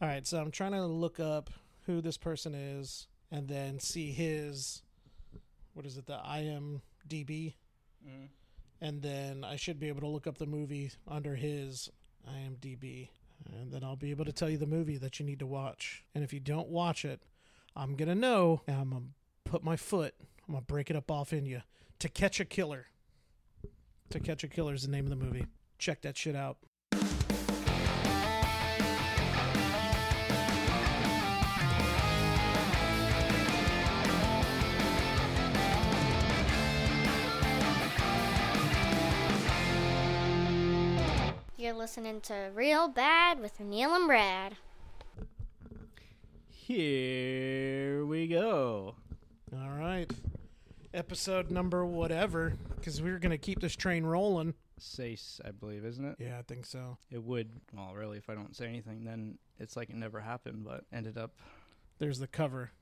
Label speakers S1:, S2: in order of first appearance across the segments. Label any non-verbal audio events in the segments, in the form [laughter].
S1: All right, so I'm trying to look up who this person is and then see his what is it, the IMDb,
S2: Mhm.
S1: and then I should be able to look up the movie under his IMDb, and then I'll be able to tell you the movie that you need to watch. And if you don't watch it, I'm gonna know, and I'm gonna put my foot, I'm gonna break it up off in you. To Catch a Killer. To Catch a Killer is the name of the movie. Check that shit out.
S3: You're listening to Real Bad with Neil and Brad.
S2: Here we go.
S1: All right. Episode number whatever, because we're going to keep this train rolling.
S2: Sace, I believe, isn't it?
S1: Yeah, I think so.
S2: It would. Well, really, if I don't say anything, then it's like it never happened, but ended up,
S1: There's the cover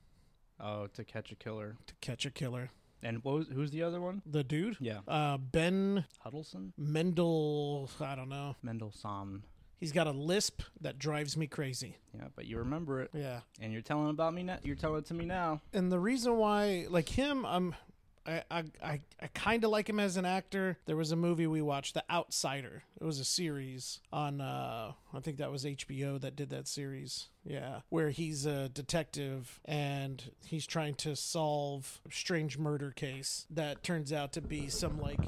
S2: oh, to catch a killer.
S1: to catch a killer.
S2: And what was, who's the other one?
S1: The dude?
S2: Yeah.
S1: Uh, ben
S2: Huddleston?
S1: Mendel, I don't know.
S2: Mendelssohn.
S1: He's got a lisp that drives me crazy.
S2: Yeah, but you remember it.
S1: Yeah.
S2: And you're telling about me now. You're telling it to me now.
S1: and the reason why like him i'm i i i, I kind of like him as an actor there was a movie we watched the outsider it was a series on uh i think that was hbo that did that series yeah where he's a detective and he's trying to solve a strange murder case that turns out to be some like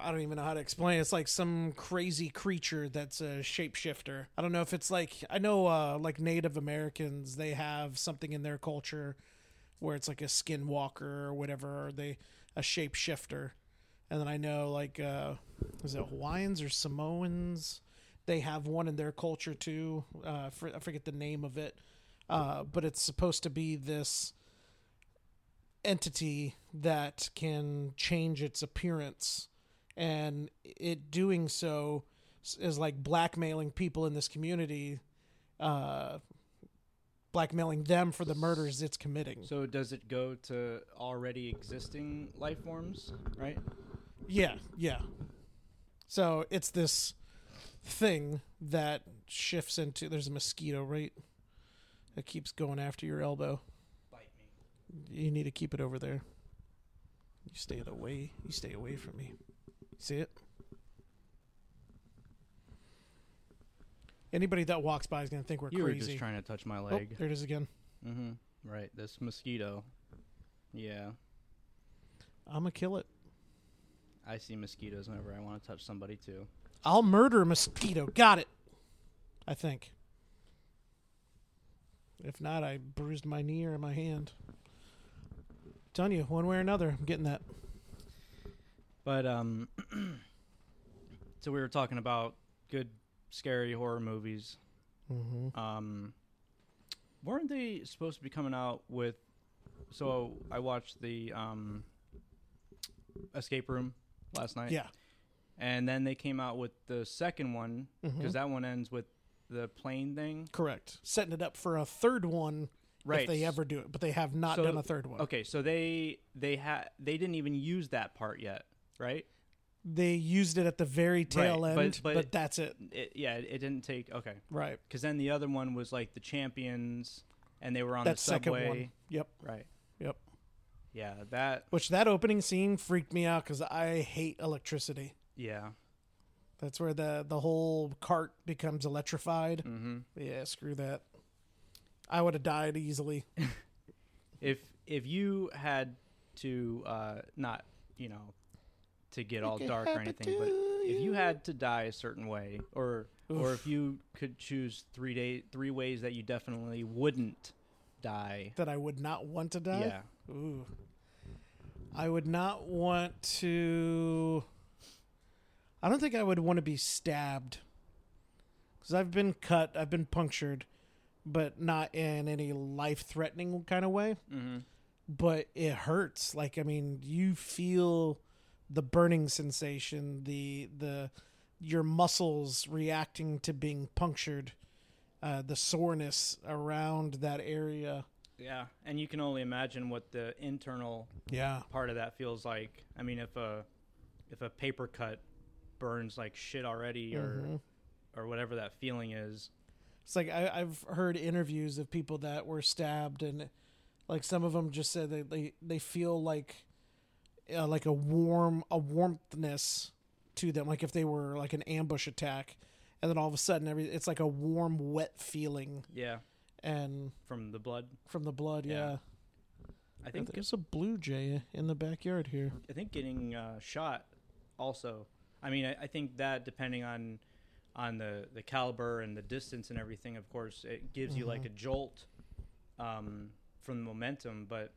S1: I don't even know how to explain. it. It's like some crazy creature that's a shapeshifter. I don't know if it's like I know uh, like Native Americans they have something in their culture where it's like a skinwalker or whatever, or they a shapeshifter. And then I know like uh, is it Hawaiians or Samoans? They have one in their culture too. Uh, for, I forget the name of it, uh, but it's supposed to be this entity that can change its appearance and it doing so s- is like blackmailing people in this community uh blackmailing them for the murders it's committing
S2: So does it go to already existing life forms, right?
S1: yeah yeah so it's this thing that shifts into there's a mosquito right that keeps going after your elbow
S2: Bite me.
S1: you need to keep it over there you stay it away you stay away from me see it anybody that walks by is gonna think we're
S2: You were
S1: crazy
S2: just trying to touch my
S1: Oh,
S2: leg.
S1: there it is again.
S2: Mm-hmm. Right. This mosquito. Yeah.
S1: I'm gonna kill it.
S2: I see mosquitoes whenever I want to touch somebody too.
S1: I'll murder a mosquito. Got it. I think. If not, I bruised my knee or my hand. telling you, one way or another, I'm getting that.
S2: But um, [clears throat] so we were talking about good scary horror movies.
S1: Mm-hmm.
S2: Um, weren't they supposed to be coming out with? So I watched the um, Escape Room last night.
S1: Yeah.
S2: and then they came out with the second one because
S1: Mhm.
S2: that one ends with the plane thing.
S1: Correct. Setting it up for a third one
S2: Right.
S1: if they ever do it, but they have not
S2: So-
S1: done a third one.
S2: Okay, so they they had they didn't even use that part yet, right?
S1: They used it at the very tail
S2: Right, but-
S1: end, but,
S2: but-
S1: that's it.
S2: It, yeah, it, it didn't take. Okay,
S1: Right.
S2: because then the other one was like the champions, and they were on
S1: That
S2: the
S1: second
S2: subway.
S1: one. Yep.
S2: Right.
S1: Yep.
S2: Yeah. That.
S1: Which that opening scene freaked me out because I hate electricity.
S2: Yeah.
S1: That's where the the whole cart becomes electrified.
S2: hmm
S1: Yeah, screw that. I would have died easily.
S2: If if you had to uh, not you know to get all
S1: could
S2: dark or
S1: happen
S2: anything, but
S1: to
S2: if you
S1: you.
S2: had to die a certain way, or or
S1: Oof.
S2: if you could choose three day three ways that you definitely wouldn't die.
S1: That I would not want to die.
S2: Yeah.
S1: Ooh. I would not want to. I don't think I would want to be stabbed. Because I've been cut, I've been punctured, but not in any life threatening kind of way.
S2: Mm-hmm.
S1: But it hurts. Like, I mean, you feel the burning sensation, the, the, your muscles reacting to being punctured, uh, the soreness around that area.
S2: Yeah, and you can only imagine what the internal
S1: Yeah.
S2: part of that feels like. I mean, if a if a paper
S1: Mm-hmm.
S2: cut burns like shit already, or or whatever that feeling is,
S1: It's like I, I've heard interviews of people that were stabbed, and like some of them just said that they they feel like uh, like a warm a warmthness to them, like if they were like an ambush attack, and then all of a sudden every it's like a warm wet feeling,
S2: Yeah,
S1: and
S2: from the blood.
S1: from the blood, yeah.
S2: Yeah. I think
S1: There's a blue jay in the backyard here.
S2: I think getting uh, shot also. I mean, I, I think that depending on on the the caliber and the distance and everything, of course, it gives you
S1: Mm-hmm.
S2: like a jolt um, from the momentum. But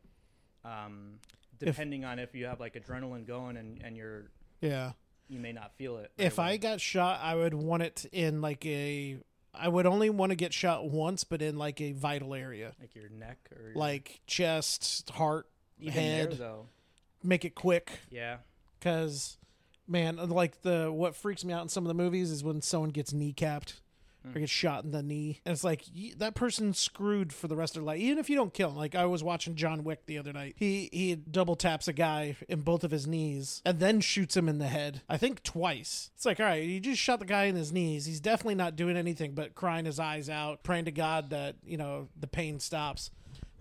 S2: um, depending on if you have like adrenaline going and, and you're
S1: Yeah.
S2: you may not feel it. right
S1: If I
S2: away.
S1: got shot, I would want it in like a. I would only want to get shot once, but in like a vital area,
S2: like your neck or your-
S1: like chest, heart,
S2: even
S1: head.
S2: there though,
S1: Make it quick,
S2: yeah,
S1: cause man, like the what freaks me out in some of the movies is when someone gets kneecapped or gets shot in the knee, and it's like y- that person's screwed for the rest of their life. Even if you don't kill him, like I was watching John Wick the other night, he he double taps a guy in both of his knees and then shoots him in the head. I think twice. It's like all right, you just shot the guy in his knees. He's definitely not doing anything but crying his eyes out, praying to God that you know the pain stops.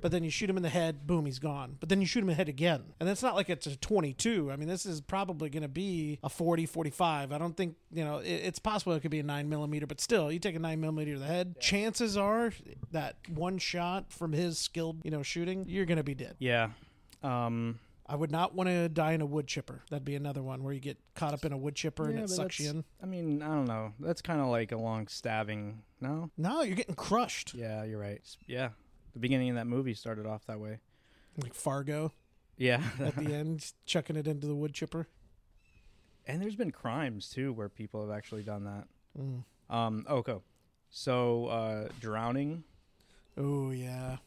S1: But then you shoot him in the head, boom, he's gone. But then you shoot him in the head again. And that's not like it's a 22. I mean, this is probably going to be a 40, 45. I don't think, you know, it, it's possible it could be a 9 millimeter, but still, you take a 9 millimeter to the head, chances are that one shot from his skilled, you know, shooting, you're going to be dead.
S2: yeah. Um,
S1: I would not want to die in a wood chipper. That'd be another one where you get caught up in a wood chipper and
S2: Yeah,
S1: it
S2: but
S1: sucks you
S2: that's-
S1: in.
S2: I mean, I don't know. That's kind of like a long stabbing. No,
S1: No, you're getting crushed.
S2: Yeah, you're right. S- Yeah, the beginning of that movie started off that way.
S1: Like Fargo
S2: Yeah, [laughs]
S1: at the end, chucking it into the wood chipper.
S2: and there's been crimes too where people have actually done that.
S1: Mm.
S2: Um, okay, so uh, drowning,
S1: Oh, yeah.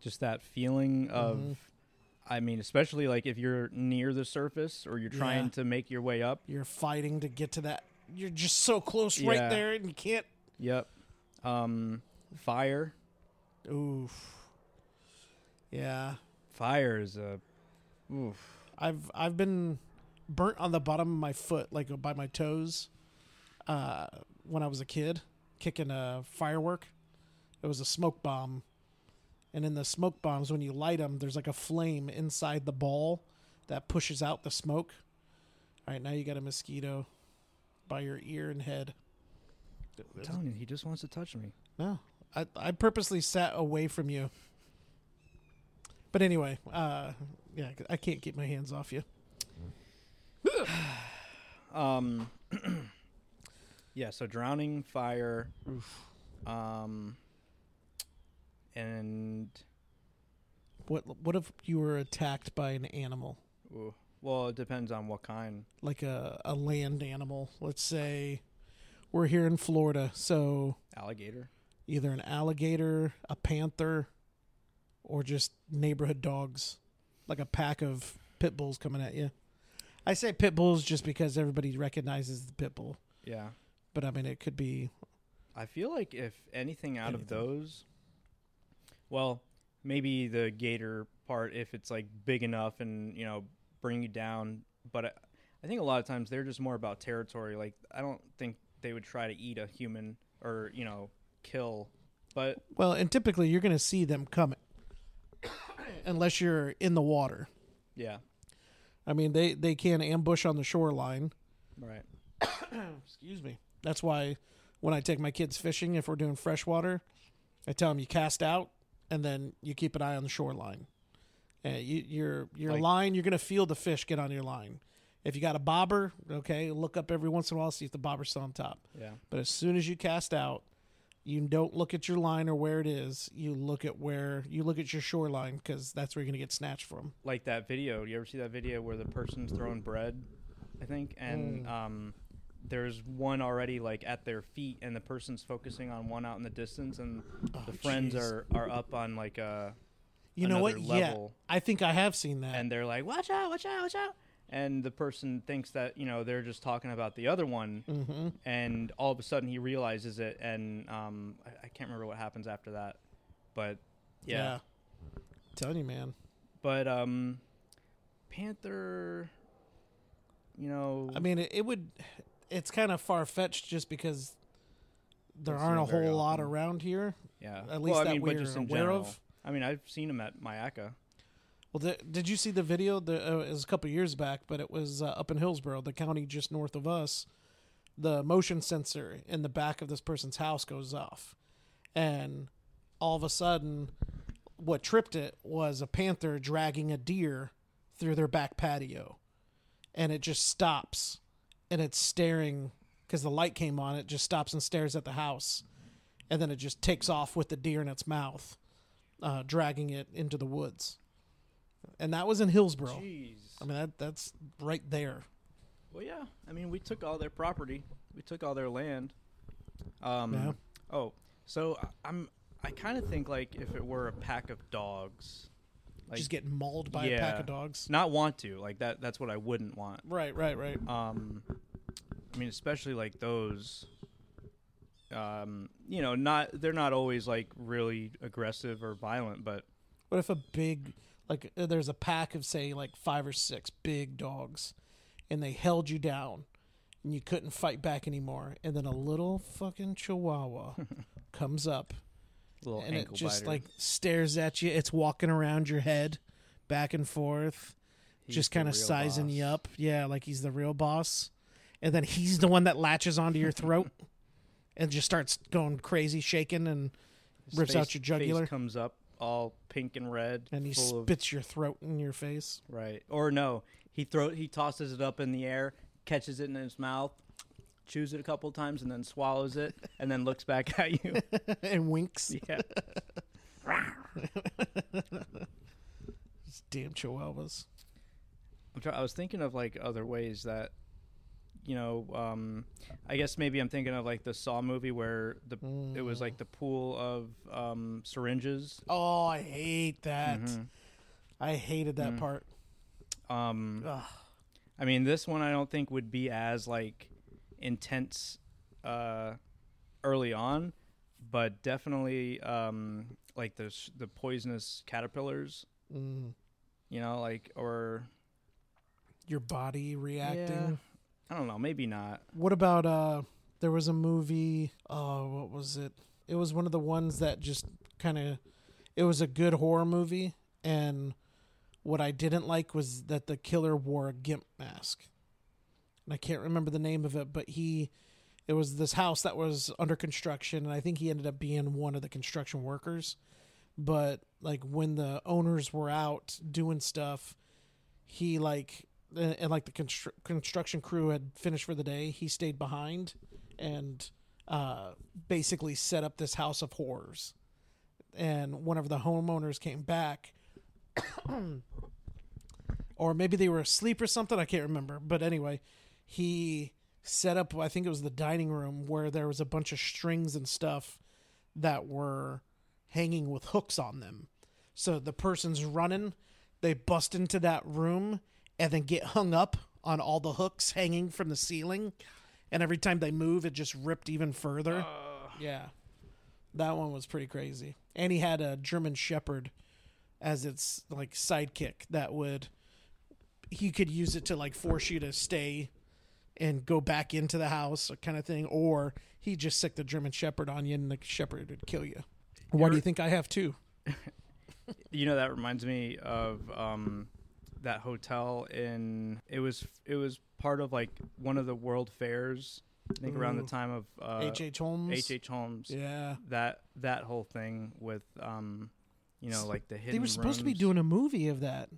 S2: just that feeling of,
S1: Mhm.
S2: I mean, especially like if you're near the surface or you're trying
S1: Yeah.
S2: to make your way up.
S1: you're fighting to get to that you're just so close
S2: Yeah.
S1: right there and you can't
S2: Yep. Um, fire,
S1: oof yeah
S2: fire is a, oof.
S1: i've i've been burnt on the bottom of my foot like by my toes uh when i was a kid kicking a firework it was a smoke bomb and in the smoke bombs when you light them there's like a flame inside the ball that pushes out the smoke all right now you got a mosquito by your ear and head
S2: I'm telling you, he just wants to touch me.
S1: No, I I purposely sat away from you. But anyway, uh, yeah, I can't get my hands off you.
S2: Um, [clears throat] yeah, so drowning, fire, um, and
S1: What what if you were attacked by an animal,
S2: ooh, well, it depends on what kind.
S1: like a a land animal? Let's say we're here in Florida, so
S2: Alligator.
S1: either an alligator, a panther, or just neighborhood dogs, like a pack of pit bulls coming at you. I say pit bulls just because everybody recognizes the pit bull,
S2: Yeah,
S1: but I mean it could be
S2: I feel like if anything out
S1: Anything.
S2: of those, well, maybe the gator part if it's like big enough and you know bring you down, but I, I think a lot of times they're just more about territory. Like I don't think they would try to eat a human or you know kill, but
S1: Well, and typically you're going to see them coming unless you're in the water.
S2: yeah,
S1: I mean, they they can ambush on the shoreline.
S2: right.
S1: Excuse me. That's why when I take my kids fishing, if we're doing freshwater, I tell them you cast out and then you keep an eye on the shoreline. And you, your your
S2: Like-
S1: line, you're going to feel the fish get on your line. If you got a bobber, okay, look up every once in a while see if the bobber's still on top.
S2: Yeah.
S1: But as soon as you cast out, you don't look at your line or where it is. You look at where you look at your shoreline because that's where you're gonna get snatched from.
S2: Like that video. You ever see that video where the person's throwing bread, I think, and um there's one already like at their feet and the person's focusing on one out in the distance and the friends
S1: jeez.
S2: are are up on like a
S1: You know what?
S2: Another level.
S1: Yeah, I think I have seen that.
S2: and they're like, "Watch out, watch out, watch out." And the person thinks that, you know, they're just talking about the other one and all of a sudden he realizes it and um I, I can't remember what happens after that. But yeah.
S1: telling you, man.
S2: But um Panther you know
S1: I mean, it, it would. It's kind of far fetched just because there
S2: Don't see
S1: aren't a
S2: them very
S1: whole lot
S2: often.
S1: around here.
S2: Yeah.
S1: At least that we're aware of.
S2: I mean, I've seen them at Mayaca.
S1: Well, the, did you see the video? The, uh, it was a couple years back, but it was uh, up in Hillsborough, the county just north of us. The motion sensor in the back of this person's house goes off, and all of a sudden, what tripped it was a panther dragging a deer through their back patio, and it just stops, and it's staring because the light came on. It just stops and stares at the house, and then it just takes off with the deer in its mouth, uh, dragging it into the woods and that was in Hillsboro.
S2: Jeez.
S1: I mean, that that's right there.
S2: Well, yeah. I mean, we took all their property. We took all their land. Um,
S1: Yeah.
S2: Oh, so I- I'm. I kind of think like if it were a pack of dogs, like
S1: Just getting mauled by a pack
S2: yeah.
S1: of dogs.
S2: not want to like that. That's what I wouldn't want.
S1: Right, right, right.
S2: Um, I mean, especially like those. Um, you know, not they're not always like really aggressive or violent, but
S1: What if a big, like, uh, there's a pack of say like five or six big dogs, and they held you down, and you couldn't fight back anymore, and then a little fucking
S2: [laughs]
S1: chihuahua comes up
S2: little
S1: and it
S2: ankle
S1: just
S2: biter.
S1: like stares at you. It's walking around your head, back and forth.
S2: He's
S1: just
S2: the
S1: kind of
S2: real
S1: sizing you
S2: boss.
S1: up. Yeah, like he's the real boss. And then he's the one that latches onto your
S2: [laughs]
S1: throat and just starts going crazy, shaking, and
S2: His
S1: rips out
S2: face-
S1: your jugular.
S2: Face comes up all pink and red,
S1: and he
S2: full of
S1: spits your throat in your face.
S2: Right. Or no, he throw he tosses it up in the air, catches it in his mouth, chews it a couple times, and then swallows it, and then looks back [laughs] at you.
S1: [laughs] and winks.
S2: yeah.
S1: These Damn chihuahuas.
S2: I'm try- I was thinking of like other ways that, you know, um, I guess maybe I'm thinking of like the Saw movie where the it
S1: Mm.
S2: was like the pool of um, syringes.
S1: Oh, I hate that. I hated that part.
S2: Um,
S1: Ugh.
S2: I mean, this one I don't think would be as like intense uh, early on, but definitely um, like the s- the poisonous caterpillars,
S1: Mm.
S2: you know, like or
S1: Your body reacting.
S2: Yeah. I don't know, maybe not.
S1: What about uh there was a movie uh what was it? It was one of the ones that just kind of it was a good horror movie and what I didn't like was that the killer wore a gimp mask. And I can't remember the name of it, but he it was this house that was under construction and I think he ended up being one of the construction workers. But like when the owners were out doing stuff, he like and, and, like the constru- construction crew had finished for the day he stayed behind and uh basically set up this house of horrors and whenever the homeowners came back [coughs] or maybe they were asleep or something i can't remember but anyway he set up i think it was the dining room where there was a bunch of strings and stuff that were hanging with hooks on them so the person's running, they bust into that room and then get hung up on all the hooks hanging from the ceiling. And every time they move, it just ripped even further. yeah. That one was pretty crazy. And he had a German Shepherd as its like sidekick that would he could use it to like force you to stay and go back into the house kind of thing or he just sick the german shepherd on you and the shepherd would kill you why do you think i have two
S2: You know, that reminds me of um, that hotel in it was it was part of like one of the World Fairs. I think around the
S1: Ooh.
S2: time of uh,
S1: H.H. Mm. Holmes.
S2: H. H. Holmes.
S1: Yeah.
S2: That that whole thing with um, you know, like the hidden.
S1: They were supposed to be
S2: rooms.
S1: doing a movie of that.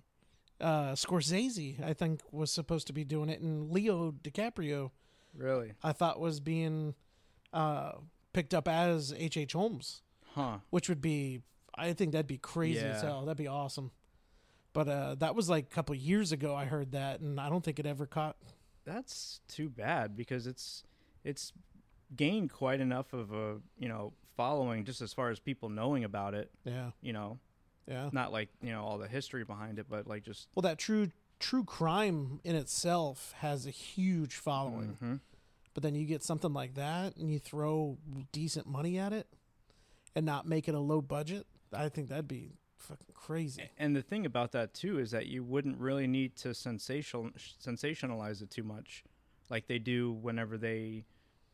S1: Uh, Scorsese, I think, was supposed to be doing it, and Leo DiCaprio,
S2: really,
S1: I thought, was being uh, picked up as H.H. H. Holmes,
S2: huh?
S1: which would be, I think that'd be crazy as
S2: Yeah.
S1: hell. That'd be awesome. But uh, that was like a couple years ago I heard that, and I don't think it ever caught.
S2: That's too bad because it's it's gained quite enough of a you know following just as far as people knowing about it.
S1: Yeah,
S2: You know,
S1: yeah.
S2: not like you know all the history behind it, but like just
S1: Well, that true true crime in itself has a huge following.
S2: Mhm.
S1: But then you get something like that and you throw decent money at it and not make it a low budget. I think that'd be fucking crazy.
S2: And the thing about that too is that you wouldn't really need to sensational sensationalize it too much, like they do whenever they,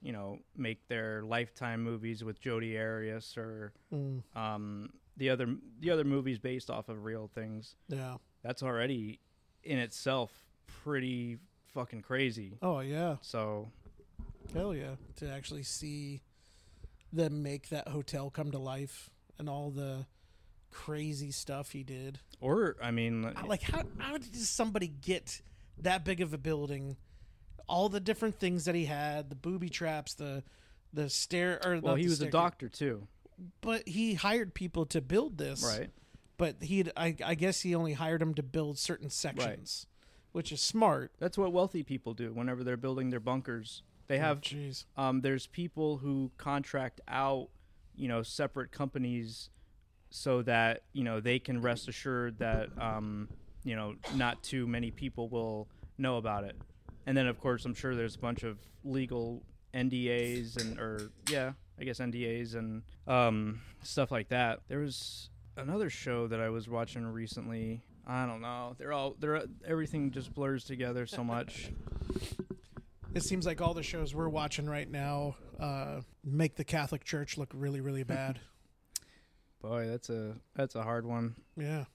S2: you know make their lifetime movies with Jodi Arias or
S1: Mm,
S2: um, the other the other movies based off of real things.
S1: yeah.
S2: That's already in itself pretty fucking crazy.
S1: Oh yeah.
S2: So
S1: Hell yeah. To actually see them make that hotel come to life and all the crazy stuff he did.
S2: or I mean
S1: I- like how how did somebody get that big of a building all the different things that he had the booby traps the the stair or
S2: well
S1: not
S2: he
S1: the
S2: was a
S1: staircase,
S2: doctor too,
S1: but he hired people to build this
S2: right?
S1: but he I, I guess he only hired them to build certain sections which is smart
S2: That's what wealthy people do whenever they're building their bunkers. They have
S1: jeez
S2: um, there's people who contract out, you know, separate companies so that, you know, they can rest assured that, um, you know, not too many people will know about it. And then, of course, I'm sure there's a bunch of legal NDAs and, or, yeah, I guess NDAs and um, stuff like that. There was another show that I was watching recently. I don't know. They're all, they're, everything just blurs together so much.
S1: it seems like all the shows we're watching right now uh, make the catholic church look really really
S2: [laughs]
S1: bad
S2: Boy, that's a, that's a hard one.
S1: yeah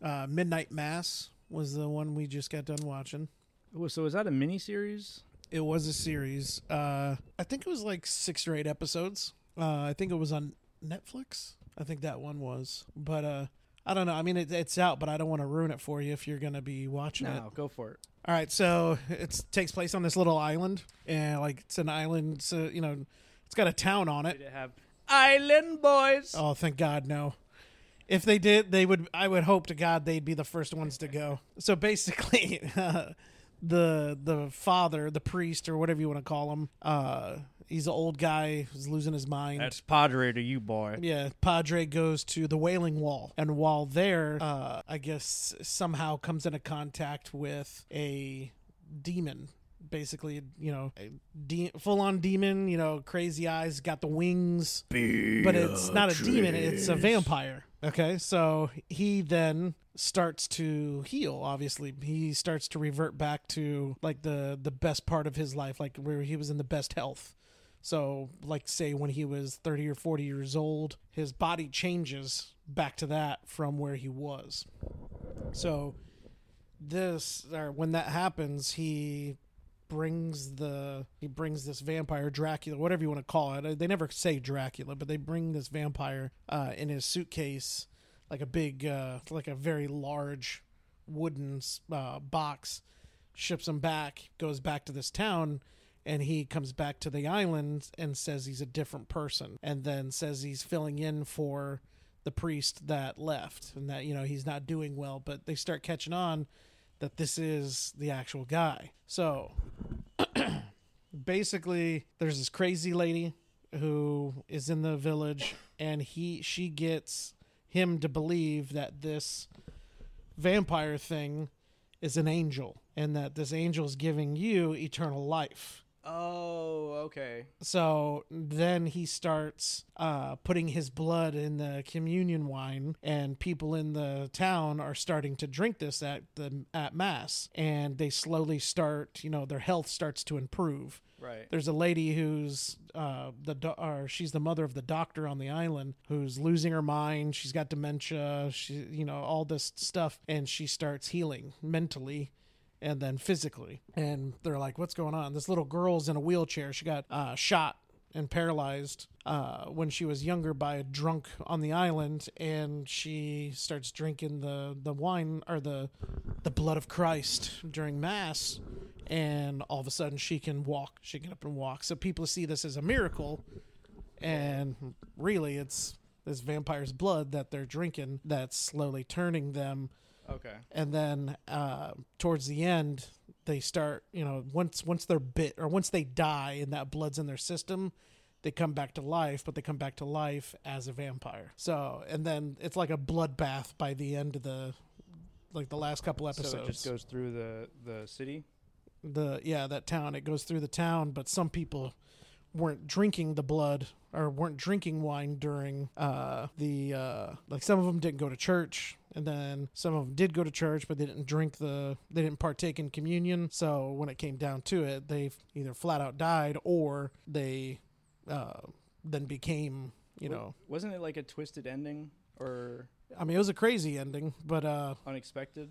S1: uh, midnight mass was the one we just got done watching
S2: Well, So is that a mini series?
S1: It was a series. Uh, I think it was like six or eight episodes. Uh, I think it was on Netflix. I think that one was. But uh, I don't know. I mean, it, it's out, but I don't want to ruin it for you if you're going to be watching it.
S2: No, go for it.
S1: All right, so it takes place on this little island, and like it's an island, so you know, it's got a town on it.
S2: Did it have Island Boys?
S1: Oh, thank God, no. If they did, they would. I would hope to God they'd be the first ones to go. So basically, [laughs] uh, the the father, the priest, or whatever you want to call him, uh, he's an old guy who's losing his mind.
S2: That's Padre to you, boy.
S1: yeah, Padre goes to the Wailing Wall, and while there, uh, I guess somehow comes into contact with a demon. Basically, you know, a de- full on demon. You know, crazy eyes, got the wings but it's not a demon it's a vampire okay so he then starts to heal obviously he starts to revert back to like the the best part of his life like where he was in the best health so like say when he was 30 or 40 years old his body changes back to that from where he was so this or when that happens he brings the he brings this vampire Dracula, whatever you want to call it. They never say Dracula, but they bring this vampire uh, in his suitcase, like a big, uh, like a very large wooden uh, box. Ships him back, goes back to this town, and he comes back to the island and says he's a different person, and then says he's filling in for the priest that left, and that you know he's not doing well. But they start catching on that this is the actual guy. So basically there's this crazy lady who is in the village and he she gets him to believe that this vampire thing is an angel and that this angel is giving you eternal life
S2: Oh, okay.
S1: so then he starts uh, putting his blood in the communion wine, and people in the town are starting to drink this at the at mass, and they slowly start, you know, their health starts to improve.
S2: Right.
S1: There's a lady who's uh, the do- or she's the mother of the doctor on the island who's losing her mind. She's got dementia. She, you know, all this stuff, and she starts healing mentally, and then physically. And they're like, "What's going on?" This little girl's in a wheelchair. She got uh, shot and paralyzed uh, when she was younger by a drunk on the island, and she starts drinking the the wine or the the blood of Christ during mass, and all of a sudden she can walk. She can up and walk. So people see this as a miracle, and really, it's this vampire's blood that they're drinking that's slowly turning them
S2: Okay.
S1: and then uh, towards the end they start you know once once they're bit or once they die and that blood's in their system they come back to life but they come back to life as a vampire so and then it's like a bloodbath by the end of the like the last couple episodes
S2: So it just goes through the the city.
S1: the yeah that town it goes through the town but some people weren't drinking the blood or weren't drinking wine during uh, the uh, like some of them didn't go to church and then some of them did go to church but they didn't drink the they didn't partake in communion so when it came down to it they either flat out died or they uh, then became you know
S2: Wasn't it like a twisted ending or
S1: i mean it was a crazy ending but uh
S2: unexpected?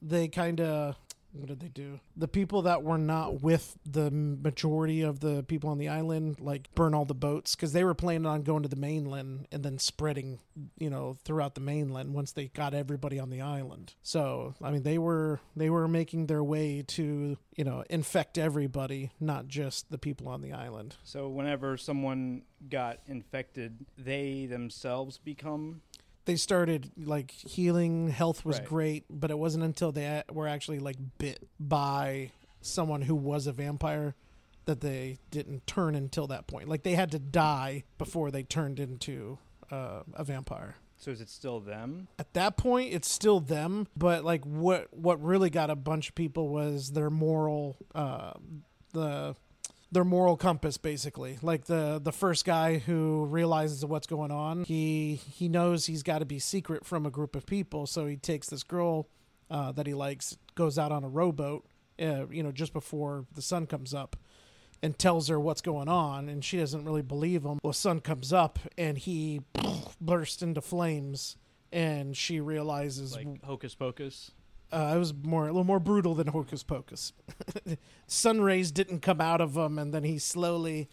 S1: they kind of what did they do? The people that were not with the majority of the people on the island, like burn all the boats because they were planning on going to the mainland and then spreading, you know, throughout the mainland once they got everybody on the island. So I mean, they were they were making their way to you know infect everybody, not just the people on the island.
S2: So whenever someone got infected, they themselves become
S1: They started like healing, health was
S2: Right.
S1: great, but it wasn't until they a- were actually like bit by someone who was a vampire that they didn't turn until that point. Like they had to die before they turned into uh, a vampire.
S2: so is it still them?
S1: At that point, it's still them, but like what what really got a bunch of people was their moral uh, the their moral compass basically like the the first guy who realizes what's going on he he knows he's got to be secret from a group of people so he takes this girl uh, that he likes goes out on a rowboat uh, you know just before the sun comes up and tells her what's going on and she doesn't really believe him well sun comes up and he [sniffs] bursts into flames and she realizes
S2: Like hocus pocus?
S1: uh, it was more a little more brutal than Hocus Pocus. [laughs] Sun rays didn't come out of him, and then he slowly.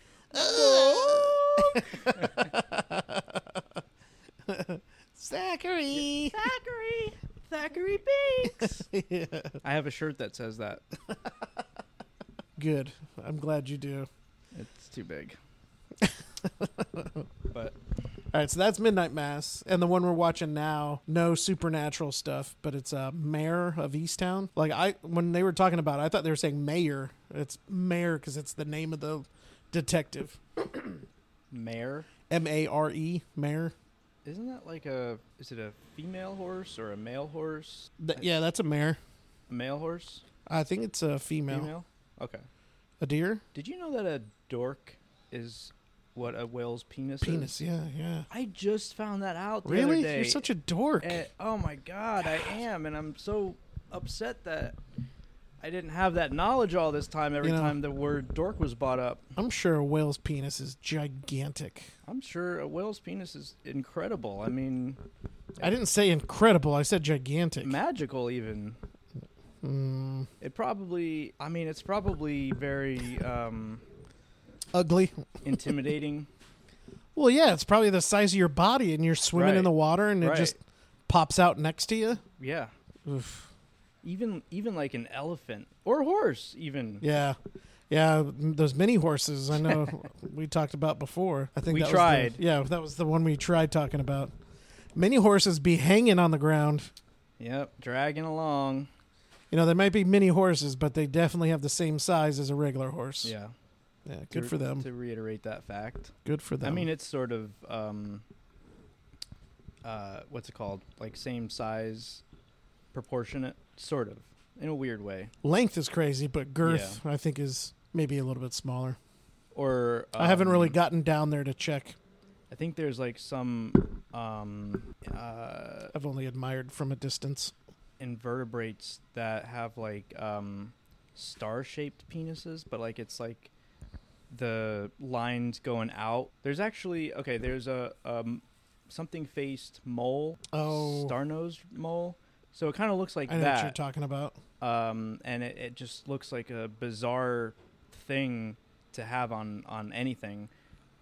S1: Zachary.
S2: Thackeray! Thackeray [laughs] Binks! I have a shirt that says that.
S1: Good. I'm glad you do.
S2: It's
S1: [laughs]
S2: too big. but
S1: All right, so that's Midnight Mass, and the one we're watching now, no supernatural stuff, but it's uh, Mayor of Easttown. Like I, when they were talking about, it, I thought they were saying Mayor. It's Mayor because it's the name of the detective.
S2: mare?
S1: M A R E, Mayor.
S2: Isn't that like a is it a female horse or a male horse?
S1: Th- yeah, that's a mare.
S2: A male horse?
S1: I think it's a female.
S2: Female? Okay.
S1: A deer?
S2: Did you know that a dork is what a whale's penis, is?
S1: Penis, yeah, yeah.
S2: I just found that out the
S1: Really?
S2: other day.
S1: You're such a dork.
S2: And- oh my god, I am, and I'm so upset that I didn't have that knowledge all this time. Every
S1: You know-
S2: time the word dork was brought up,
S1: I'm sure a whale's penis is gigantic.
S2: I'm sure a whale's penis is incredible. I mean,
S1: I didn't say incredible, I said gigantic.
S2: magical even.
S1: mm,
S2: It probably, I mean, it's probably very um,
S1: ugly.
S2: intimidating.
S1: Well, yeah, it's probably the size of your body, and you're swimming in
S2: Right.
S1: the water, and
S2: Right.
S1: it just pops out next to you.
S2: yeah.
S1: Oof.
S2: Even even like an elephant or a horse even.
S1: Yeah. Yeah, m- those mini horses I know
S2: [laughs]
S1: we talked about before. I think
S2: We
S1: that was the-
S2: tried.
S1: yeah, that was the one we tried talking about. Mini horses be hanging on the ground.
S2: Yep, dragging along.
S1: You know, they might be mini horses, but they definitely have the same size as a regular horse.
S2: Yeah.
S1: Yeah,
S2: to
S1: good
S2: re-
S1: for them.
S2: To reiterate that fact.
S1: Good for them.
S2: I mean, it's sort of um, uh, what's it called? Like same size, proportionate, sort of, in a weird way.
S1: length is crazy, but girth I think is maybe a little bit smaller.
S2: Or
S1: I haven't really
S2: um,
S1: gotten down there to check.
S2: I think there's like some um, uh,
S1: I've only admired from a distance.
S2: invertebrates that have like um, star-shaped penises, but like it's like the lines going out. There's actually okay. There's a um, something faced mole,
S1: Oh.
S2: star-nosed mole. So it kind of looks like
S1: I know what you're
S2: that,
S1: talking about.
S2: um, and it, it just looks like a bizarre thing to have on on anything.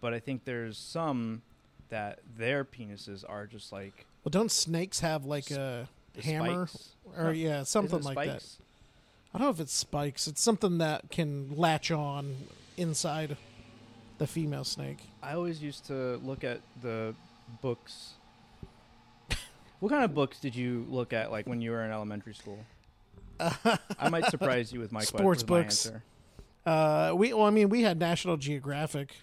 S2: But I think there's some that their penises are just like
S1: Well, don't snakes have like
S2: Sp-
S1: a
S2: the
S1: hammer
S2: spikes.
S1: or
S2: No,
S1: yeah, something
S2: Isn't it
S1: like that?
S2: spikes?
S1: I don't know if it's spikes. It's something that can latch on inside the female snake.
S2: I always used to look at the
S1: [laughs]
S2: books. what kind of books did you look at, like when you were in
S1: [laughs]
S2: elementary school? I might surprise you with my que-
S1: Sports
S2: with my
S1: books.
S2: answer.
S1: Uh, we well, I mean, we had National Geographic,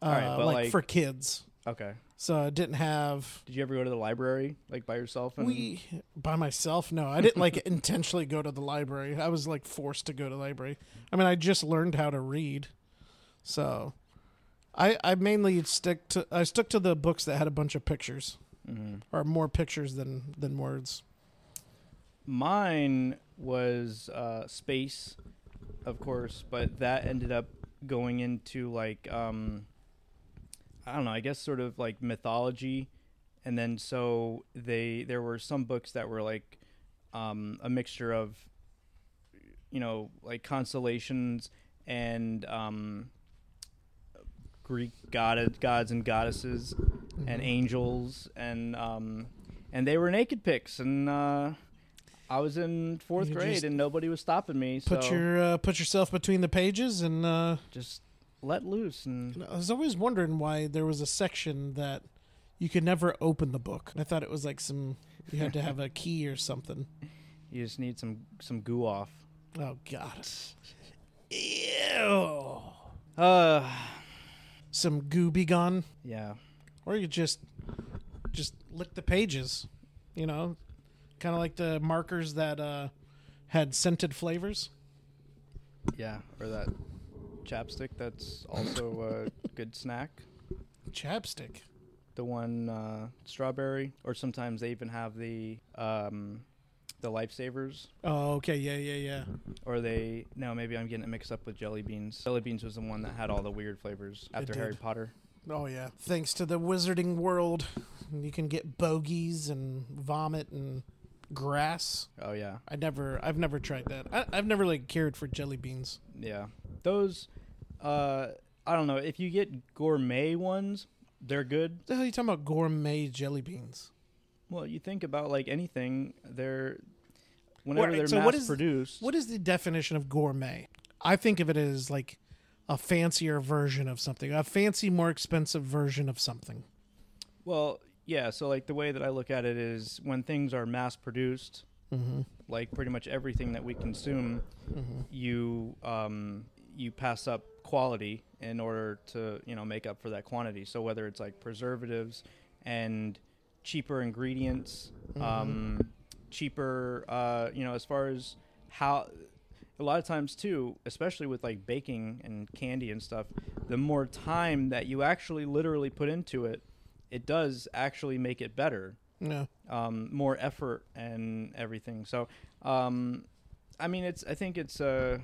S1: uh,
S2: All right, but,
S1: like,
S2: like-
S1: for kids.
S2: Okay.
S1: So it didn't have
S2: Did you ever go to the library, like by yourself? And
S1: we by myself. No, I didn't like [laughs] intentionally go to the library. I was like forced to go to the library. I mean, I just learned how to read, so I, I mainly stick to I stuck to the books that had a bunch of pictures
S2: Mm-hmm.
S1: or more pictures than than words.
S2: Mine was uh, space, of course, but that ended up going into like um, I don't know. I guess sort of like mythology, and then so they there were some books that were like um, a mixture of you know like constellations and um, Greek god gods and goddesses
S1: Mm-hmm.
S2: and angels and um, and they were naked pics and uh, I was in fourth
S1: You
S2: grade
S1: just
S2: and nobody was stopping me. So
S1: Put your uh, put yourself between the pages, and uh,
S2: just let loose and
S1: I was always wondering why there was a section that you could never open the book. I thought it was like some you had to have a key or something.
S2: you just need some some goo off.
S1: Oh God, ew!
S2: Uh,
S1: Some goo be gone,
S2: yeah.
S1: or you just just lick the pages. You know, kind of like the markers that uh, had scented flavors.
S2: Yeah, or that chapstick that's also a good snack.
S1: Chapstick.
S2: The one uh, strawberry, or sometimes they even have the um, the lifesavers,
S1: Oh, okay, yeah, yeah, yeah.
S2: or they no, maybe I'm getting it mixed up with jelly beans. Jelly beans was the one that had all the weird flavors after Harry
S1: did.
S2: Potter.
S1: Oh yeah. Thanks to the wizarding world, you can get bogeys and vomit and grass.
S2: Oh yeah,
S1: I never, I've never tried that. I, I've never like cared for jelly beans.
S2: yeah. Those, uh, I don't know. If you get gourmet ones, they're good.
S1: What the hell are you talking about? Gourmet jelly beans.
S2: Well, you think about like anything, they're whenever
S1: Right,
S2: they're
S1: so
S2: mass
S1: what is-
S2: produced.
S1: What is the definition of gourmet? I think of it as like a fancier version of something, a fancy, more expensive version of something.
S2: Well, yeah. So like the way that I look at it is when things are mass produced,
S1: Mm-hmm.
S2: like pretty much everything that we consume, you um, you pass up quality in order to you know make up for that quantity. So whether it's like preservatives and cheaper ingredients, um, cheaper uh, you know as far as how a lot of times too, especially with like baking and candy and stuff, the more time that you actually literally put into it, it does actually make it better.
S1: No.
S2: Um, more effort and everything. So, um, I mean, it's I think it's a,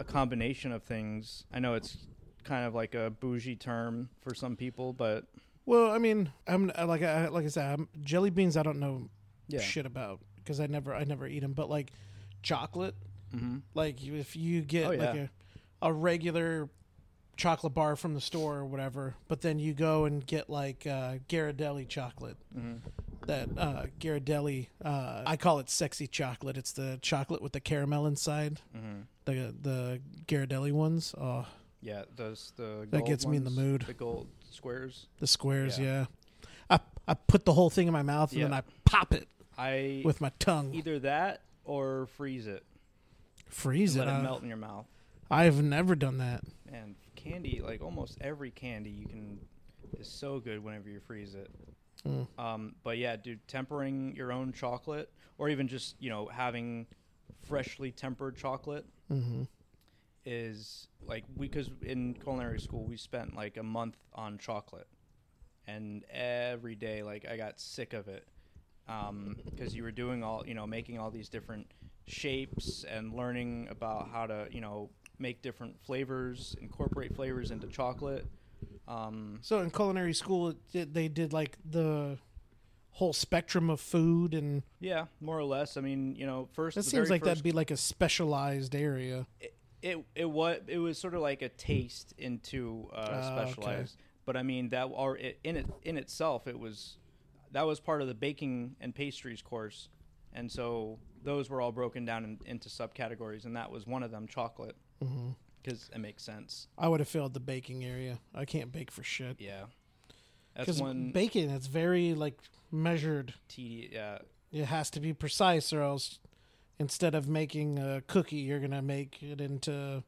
S2: a combination of things. I know it's kind of like a bougie term for some people, but
S1: Well, I mean, I'm uh, like I like I said, I'm, jelly beans. I don't know
S2: Yeah.
S1: shit about because I never I never eat them. But like chocolate, like you- if you get
S2: Mm-hmm. Oh,
S1: like
S2: yeah.
S1: a a regular chocolate bar from the store or whatever, but then you go and get like uh, Ghirardelli chocolate.
S2: Mm-hmm.
S1: That uh, Ghirardelli, uh, I call it sexy chocolate. It's the chocolate with the caramel inside.
S2: Mm-hmm.
S1: The the Ghirardelli ones. Oh,
S2: yeah, those the
S1: That
S2: gold
S1: gets me in the
S2: ones,
S1: mood.
S2: The gold squares.
S1: the squares.
S2: Yeah.
S1: Yeah, I I put the whole thing in my mouth and then
S2: Yeah.
S1: I pop it.
S2: I
S1: with my tongue.
S2: either that or freeze it,
S1: Freeze it.
S2: let it
S1: uh,
S2: melt Mm-hmm. in your mouth.
S1: I've never done that.
S2: Man, candy, like almost every candy you can is so good whenever you freeze it. Um, but yeah, dude, tempering your own chocolate or even just, you know, having freshly tempered chocolate is like we cuz in culinary school we spent like a month on chocolate. And every day like I got sick of it. Um, 'cause because you were doing all you know making all these different shapes and learning about how to you know make different flavors incorporate flavors into chocolate um,
S1: So in culinary school, it did, they did like the whole spectrum of food, and
S2: yeah more or less i mean you know first
S1: it
S2: the
S1: seems
S2: very
S1: like that'd
S2: first-
S1: be like a specialized area.
S2: it, it it was it was sort of like a taste into uh,
S1: Ah, okay.
S2: specialized but i mean that are it, in it in itself it was that was part of the baking and pastries course and so those were all broken down in, into subcategories and that was one of them chocolate
S1: Mm-hmm.
S2: because it makes sense
S1: I would have failed the baking area. I can't bake for shit.
S2: yeah that's
S1: Because
S2: one
S1: baking, it's very like measured.
S2: tedious yeah
S1: It has to be precise, or else instead of making a cookie, you're gonna make it into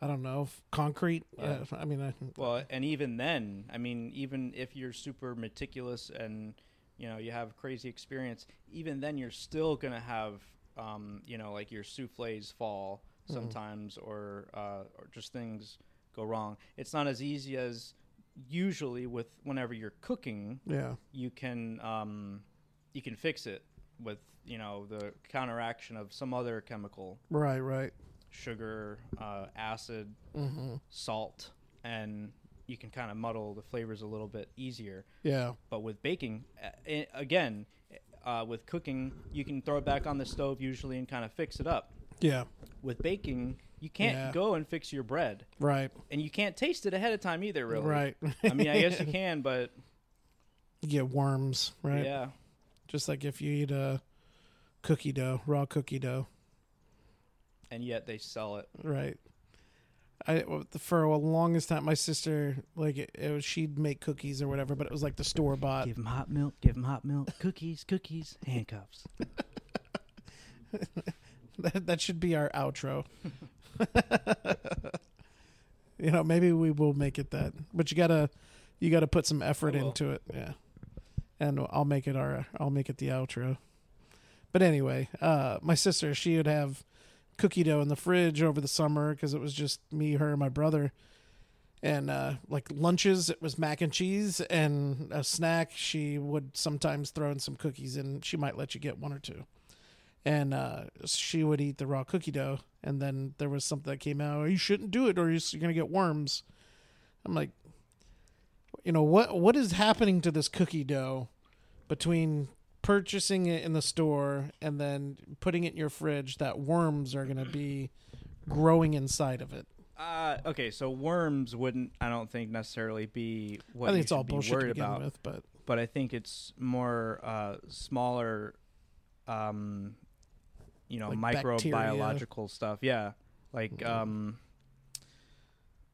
S1: I don't know f- concrete. Uh, I mean, I,
S2: Well, and even then, I mean, even if you're super meticulous and you know you have crazy experience, even then you're still gonna have um, you know like your souffles fall sometimes, or uh, or just things go wrong. It's not as easy as usually with whenever you're cooking,
S1: Yeah.
S2: you can um, you can fix it with you know the counteraction of some other chemical,
S1: Right. Right.
S2: sugar, uh, acid,
S1: hmm
S2: salt, and you can kind of muddle the flavors a little bit easier.
S1: Yeah.
S2: But with baking, a- a- again, uh, with cooking, you can throw it back on the stove usually and kind of fix it up.
S1: Yeah.
S2: With baking, you can't
S1: Yeah.
S2: go and fix your bread,
S1: Right.
S2: and you can't taste it ahead of time either. Really,
S1: Right.
S2: I mean, I guess you can, but
S1: [laughs] you get worms. Right.
S2: yeah,
S1: Just like if you eat a cookie dough, raw cookie dough.
S2: and yet they sell it.
S1: Right. I for the longest time, my sister like it, it was she'd make cookies or whatever, but it was like the store bought.
S2: Give them hot milk. Give them hot milk. Cookies. Cookies. Handcuffs.
S1: That, that should be our
S2: [laughs]
S1: outro. you know, maybe we will make it that, but you gotta you gotta put some effort
S2: I will.
S1: into it. Yeah, and I'll make it our I'll make it the outro. But anyway, uh, my sister she would have cookie dough in the fridge over the summer because it was just me, her, and my brother. And uh, like lunches, it was mac and cheese, and a snack. She would sometimes throw in some cookies, and she might let you get one or two and uh, she would eat the raw cookie dough. And then there was something that came out, "Oh, you shouldn't do it, or you're going to get worms. I'm like, you know what? What is happening to this cookie dough between purchasing it in the store and then putting it in your fridge? That worms are going to be growing inside of it.
S2: Uh, okay, so worms wouldn't, I don't think, necessarily be what
S1: I
S2: you
S1: think it's all
S2: should be
S1: bullshit to
S2: worried
S1: begin
S2: about.
S1: with, but
S2: But I think it's more uh, smaller, um, you know,
S1: Like bacteria.
S2: microbiological stuff. Yeah, like um,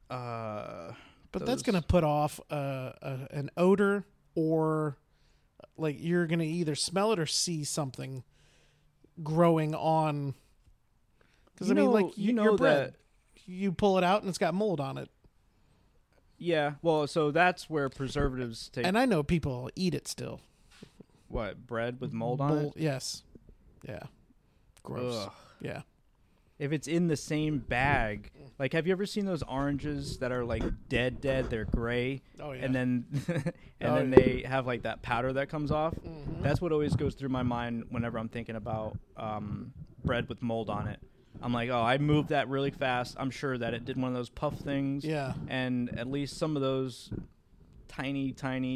S2: uh,
S1: but that's
S2: those-
S1: going to put off uh, a, an odor or like you're going to either smell it or see something growing on because
S2: You
S1: i mean
S2: know-
S1: like you,
S2: you
S1: know
S2: know
S1: bread you pull it out and it's got mold on it
S2: yeah. Well, so that's where preservatives take
S1: and i know people eat it still
S2: what bread with mold on it.
S1: yes yeah gross
S2: Ugh.
S1: yeah
S2: If it's in the same bag, like have you ever seen those oranges that are like dead, dead? They're gray.
S1: oh yeah
S2: and then [laughs] and
S1: Oh, yeah. Mm-hmm.
S2: then they have like that powder that comes off. That's what always goes through my mind whenever I'm thinking about um, bread with mold on it. I'm like, oh, I moved that really fast. I'm sure that it did one of those puff things.
S1: yeah
S2: And at least some of those tiny, tiny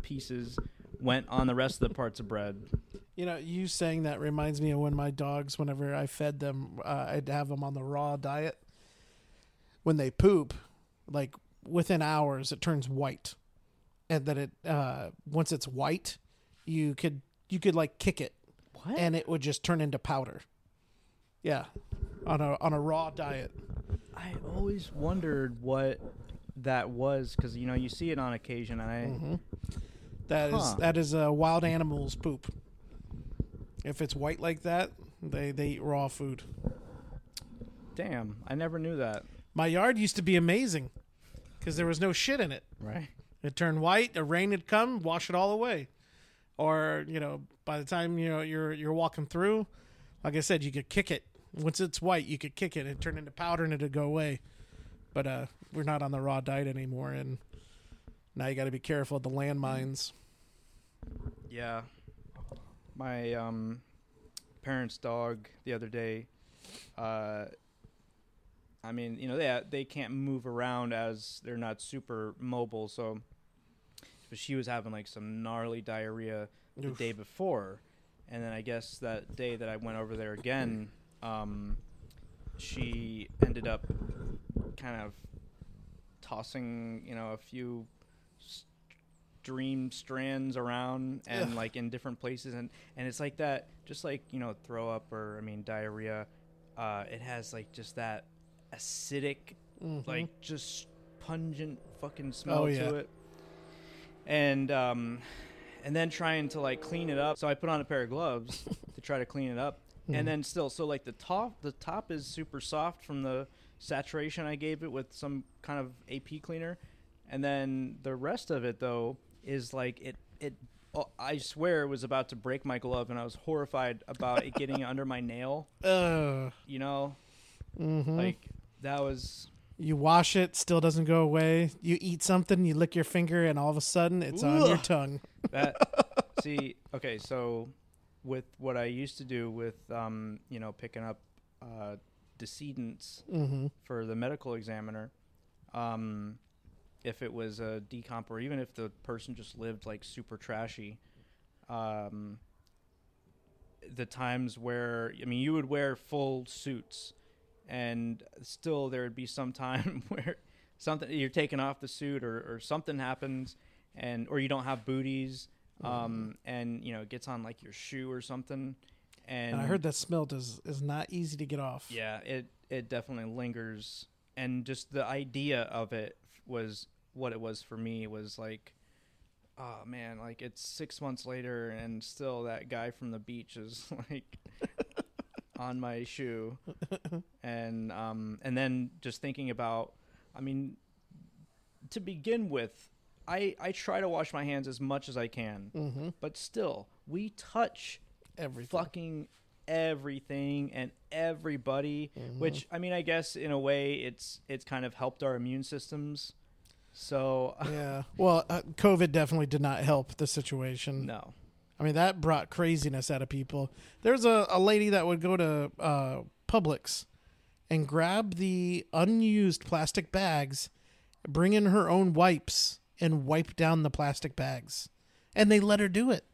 S2: pieces went on the rest of the parts of bread.
S1: You know, you saying that reminds me of when my dogs, whenever I fed them, uh, I'd have them on the raw diet. When they poop, like within hours, it turns white, and then it uh, once it's white, you could you could like kick it,
S2: What?
S1: and it would just turn into powder. Yeah, on a on a raw diet.
S2: I always wondered what that was because you know you see it on occasion, and I
S1: That is
S2: Huh.
S1: that is a wild animal's poop. If it's white like that, they they eat raw food.
S2: damn, I never knew that.
S1: My yard used to be amazing because there was no shit in it.
S2: Right.
S1: It turned white. A rain had come, wash it all away. Or you know, by the time you know you're you're walking through, like I said, you could kick it. Once it's white, you could kick it. It turned into powder and it'd go away. But uh, we're not on the raw diet anymore, and now you got to be careful of the landmines.
S2: Yeah. My um, parents' dog the other day. Uh, I mean, you know, they uh, they can't move around as they're not super mobile. So, but she was having like some gnarly diarrhea the
S1: Oof.
S2: day before, and then I guess that day that I went over there again, um, she ended up kind of tossing, you know, a few dream strands around and
S1: Ugh.
S2: like in different places and and it's like that just like you know throw up or i mean diarrhea uh it has like just that acidic like just pungent fucking smell
S1: Mm-hmm. Oh, yeah.
S2: to it and um and then trying to like clean it up so i put on a pair of gloves to try to clean it up and then still so like the top the top is super soft from the saturation i gave it with some kind of ap cleaner and then the rest of it though is like it it oh, i swear it was about to break my glove and i was horrified about it getting under my nail
S1: Ugh.
S2: you know
S1: Mhm.
S2: like that was
S1: You wash it, still doesn't go away. You eat something, you lick your finger, and all of a sudden it's on your
S2: Ugh.
S1: tongue.
S2: That see, okay, so with what I used to do with um, you know, picking up uh decedents
S1: Mm-hmm.
S2: for the medical examiner, um if it was a decomp or even if the person just lived like super trashy, um the times where I mean you would wear full suits and still there would be some [laughs] time where something you're taking off the suit or, or something happens and or you don't have booties
S1: Mm-hmm.
S2: um, and you know it gets on like your shoe or something and,
S1: And I heard that smelt is is not easy to get off.
S2: yeah it it definitely lingers and just the idea of it was what it was for me was like oh man like it's six months later and still that guy from the beach is [laughs]
S1: [laughs]
S2: like on my shoe and um and then just thinking about i mean to begin with i i try to wash my hands as much as i can
S1: Mm-hmm.
S2: but still we touch
S1: Everything.
S2: fucking everything and everybody
S1: Mm-hmm.
S2: which i mean i guess in a way it's it's kind of helped our immune systems so [laughs]
S1: Yeah. Well, uh, COVID definitely did not help the situation.
S2: no
S1: I mean, that brought craziness out of people. There's a, a lady that would go to uh, Publix and grab the unused plastic bags, bring in her own wipes, and wipe down the plastic bags. And they let her do it.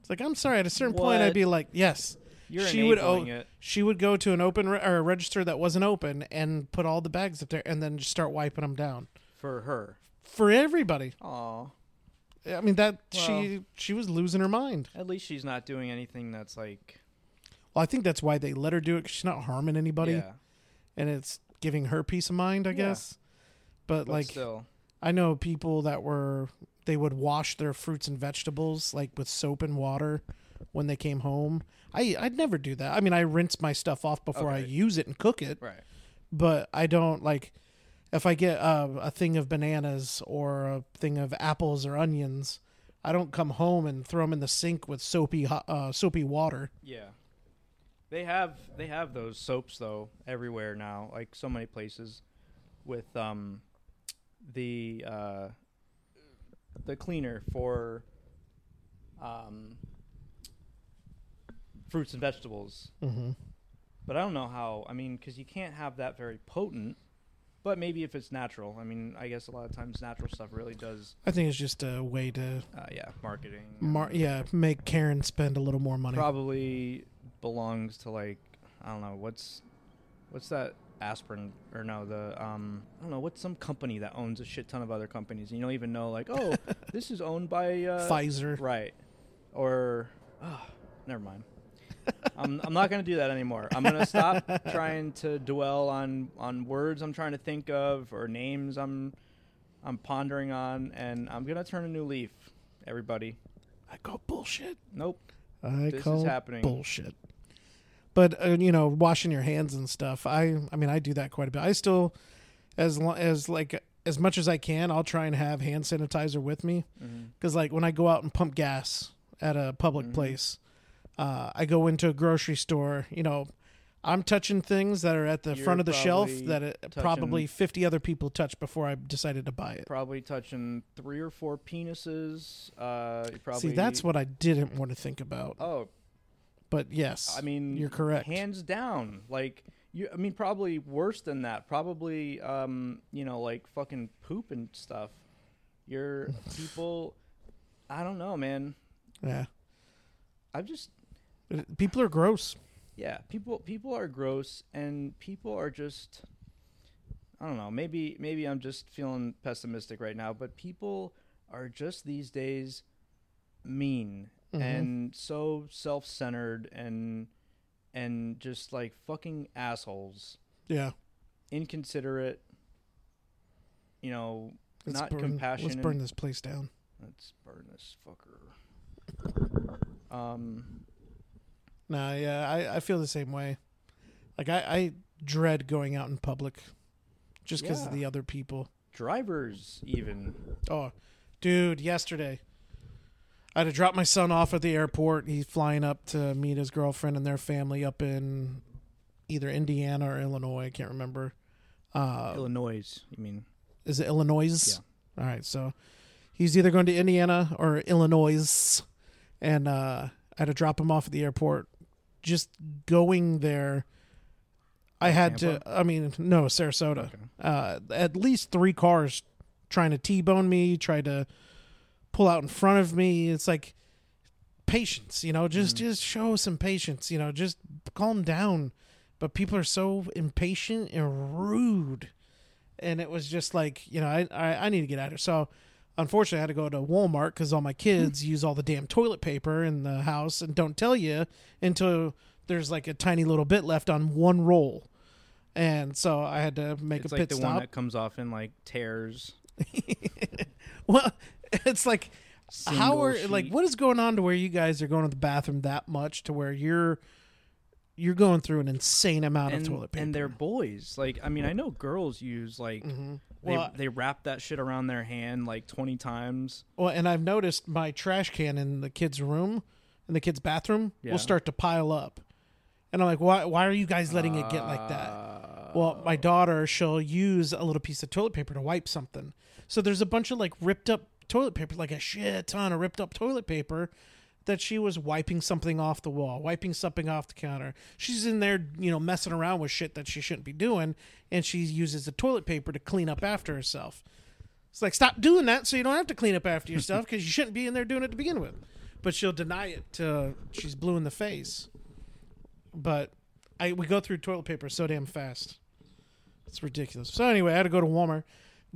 S1: It's like, I'm sorry. At a certain point, I'd
S2: What?
S1: be like, yes.
S2: You're
S1: o-
S2: enabling it.
S1: she would go to an open re- or a register that wasn't open and put all the bags up there and then just start wiping them down
S2: for her
S1: for everybody.
S2: oh
S1: I mean that she
S2: Well-
S1: she was losing her mind.
S2: at least she's not doing anything that's like
S1: Well, I think that's why they let her do it. 'cause she's not harming anybody,
S2: yeah
S1: and it's giving her peace of mind, I
S2: Yeah.
S1: guess. But,
S2: but
S1: like,
S2: still
S1: I know people that were they would wash their fruits and vegetables like with soap and water when they came home. I I'd never do that. I mean, I rinse my stuff off before I
S2: Okay.
S1: use it and cook it,
S2: right
S1: but I don't like if I get uh, a thing of bananas or a thing of apples or onions. I don't come home and throw them in the sink with soapy hot- uh, soapy water.
S2: yeah they have they have those soaps though everywhere now like so many places with um the uh the cleaner for um fruits and vegetables
S1: Mm-hmm.
S2: but i don't know how i mean because you can't have that very potent but maybe if it's natural i mean i guess a lot of times natural stuff really does
S1: I think it's just a way to
S2: uh, yeah marketing
S1: mar- yeah make Karen spend a little more money.
S2: probably belongs to like I don't know what's what's that aspirin or no the um I don't know what's some company that owns a shit ton of other companies and you don't even know like oh this is owned by uh,
S1: Pfizer.
S2: right or oh, never mind I'm, I'm not gonna do that anymore I'm gonna stop trying to dwell on on words I'm trying to think of or names I'm I'm pondering on and I'm gonna turn a new leaf everybody
S1: I call bullshit.
S2: nope
S1: I
S2: This is
S1: call
S2: happening.
S1: bullshit. But uh, you know, washing your hands and stuff. I I mean, I do that quite a bit. I still, as long as like as much as I can, I'll try and have hand sanitizer with me
S2: Mhm.
S1: because like when I go out and pump gas at a public
S2: Mm-hmm.
S1: place, uh, I go into a grocery store. You know, I'm touching things that are at the
S2: You're
S1: front of the shelf
S2: probably
S1: that it,
S2: touching-
S1: probably 50 other people touched before I decided to buy it.
S2: probably touching three or four penises. Uh, you probably
S1: See, that's what I didn't want to think about.
S2: Oh,
S1: But yes,
S2: I mean,
S1: you're correct.
S2: Hands down, like you. I mean, probably worse than that. Probably, um, you know, like fucking poop and stuff.
S1: [laughs]
S2: You're people. I don't know, man.
S1: yeah,
S2: I've just
S1: people are gross.
S2: yeah. People people are gross, and people are just. I don't know. Maybe maybe I'm just feeling pessimistic right now, but people are just these days mean
S1: Mhm.
S2: and so self-centered and and just like fucking assholes,
S1: Yeah,
S2: inconsiderate. You know,
S1: let's
S2: not
S1: burn,
S2: compassion.
S1: Let's burn this place down.
S2: Let's burn this fucker. Um,
S1: Nah, yeah, I, I feel the same way. Like I, I dread going out in public, just because of
S2: Yeah.
S1: the other people.
S2: drivers even.
S1: Oh, dude, yesterday. I had to drop my son off at the airport. He's flying up to meet his girlfriend and their family up in either Indiana or Illinois. I can't remember. Uh,
S2: Illinois, you mean?
S1: is it Illinois? All right, so he's either going to Indiana or Illinois, and uh, I had to drop him off at the airport. Just going there, I had to. I mean, no, Sarasota. Uh, at least three cars trying to t-bone me, tried to pull out in front of me. It's like patience, you know.
S2: Mm.
S1: Just just show some patience, you know. Just calm down. But people are so impatient and rude and it was just like you know I I, I need to get out of here. So unfortunately, I had to go to Walmart because all my
S2: Hmm.
S1: kids use all the damn toilet paper in the house and don't tell you until there's like a tiny little bit left on one roll. And so I had to make
S2: It's
S1: a
S2: like
S1: pit
S2: the
S1: stop.
S2: one that comes off in like tears.
S1: [laughs] well, it's like how
S2: Single
S1: are like
S2: sheet.
S1: what is going on to where you guys are going to the bathroom that much to where you're you're going through an insane amount
S2: and,
S1: of toilet paper Mm-hmm.
S2: and they're boys. Like I mean, I know girls use like they
S1: Well,
S2: they wrap that shit around their hand like twenty times.
S1: Well, and I've noticed my trash can in the kids' room, in the kids' bathroom,
S2: Yeah.
S1: will start to pile up. And I'm like, why, why are you guys letting it get like that? Well, my daughter, she'll use a little piece of toilet paper to wipe something. So there's a bunch of like ripped up toilet paper, like a shit ton of ripped up toilet paper that she was wiping something off the wall, wiping something off the counter. She's in there, you know, messing around with shit that she shouldn't be doing. And she uses the toilet paper to clean up after herself. It's like stop doing that so you don't have to clean up after yourself because you shouldn't be in there doing it to begin with. But she'll deny it till she's blue in the face. But I we go through toilet paper so damn fast. It's ridiculous. So anyway, I had to go to Walmart.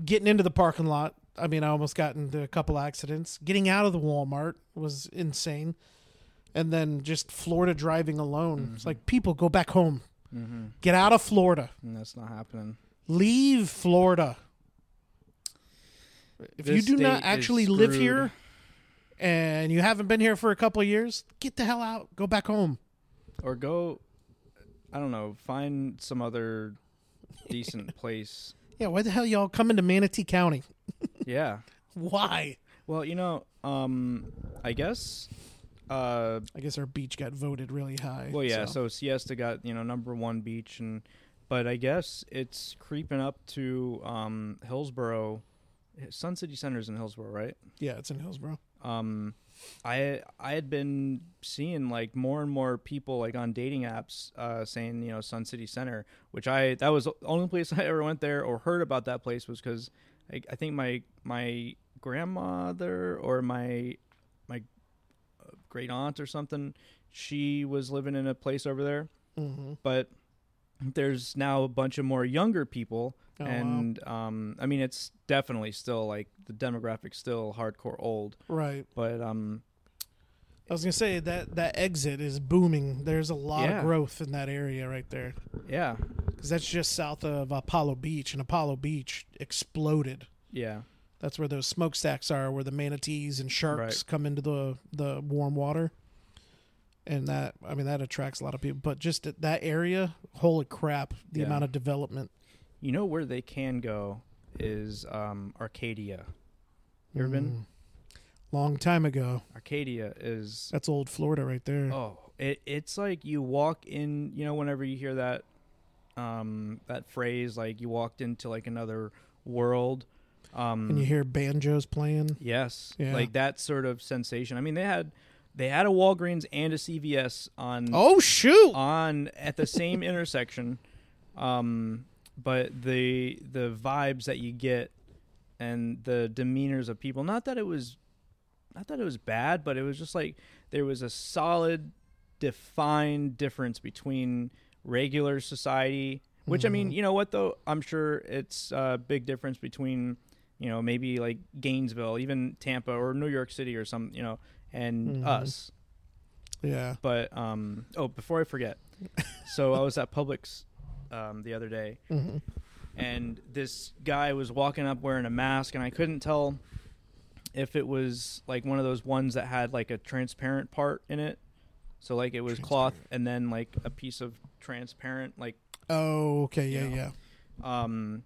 S1: Getting into the parking lot, I mean, I almost got into a couple accidents. Getting out of the Walmart was insane. And then just Florida driving alone. It's like people go back home. Get out of Florida.
S2: And that's not happening.
S1: Leave Florida. If
S2: This
S1: you do not
S2: state is
S1: actually live
S2: screwed.
S1: here and you haven't been here for a couple of years, get the hell out. Go back home.
S2: Or go, I don't know, find some other
S1: [laughs]
S2: decent place.
S1: Yeah, why the hell y'all coming to Manatee County?
S2: Yeah.
S1: Why?
S2: Well, you know, um, I guess. Uh,
S1: I guess our beach got voted really high.
S2: well, yeah. So. Siesta got you know number one beach, and but I guess it's creeping up to um, Hillsboro. Sun City Center's in Hillsboro, right?
S1: yeah, it's in Hillsboro.
S2: um i i had been seeing like more and more people like on dating apps uh saying you know sun city center which i that was the only place [laughs] i ever went there or heard about that place was because I, I think my my grandmother or my my uh, great aunt or something she was living in a place over there
S1: Mm-hmm.
S2: but there's now a bunch of more younger people
S1: Oh, wow.
S2: and um i mean it's definitely still like the demographic still hardcore old
S1: Right.
S2: but um
S1: I was gonna say that that exit is booming. There's a lot
S2: Yeah.
S1: of growth in that area right there
S2: yeah
S1: because that's just south of Apollo Beach, and Apollo Beach exploded.
S2: yeah
S1: That's where those smokestacks are, where the manatees and sharks
S2: Right.
S1: come into the the warm water. And that, I mean, that attracts a lot of people. But just at that area, holy crap, the
S2: Yeah.
S1: amount of development.
S2: you know where they can go is um arcadia you ever been
S1: Long time ago,
S2: arcadia is
S1: that's old Florida right there.
S2: oh it, it's like you walk in you know whenever you hear that um that phrase like you walked into like another world um
S1: And you hear banjos
S2: Mm.
S1: playing.
S2: Yes,
S1: Yeah.
S2: like that sort of sensation. I mean, they had they had a Walgreens and a CVS on
S1: Oh shoot!
S2: Uh, on at the same intersection, um, but the the vibes that you get and the demeanors of people. Not that it was, not that it was bad, but it was just like there was a solid, defined difference between regular society. Which I mean, you know what though? I'm sure it's a big difference between you know maybe like Gainesville, even Tampa or New York City or some you know, and us
S1: Yeah.
S2: but um oh before i forget [laughs] so i was at publix um the other day and this guy was walking up wearing a mask and i couldn't tell if it was like one of those ones that had like a transparent part in it so like it was cloth and then like a piece of transparent like
S1: Oh, okay. Yeah,
S2: You know.
S1: yeah.
S2: um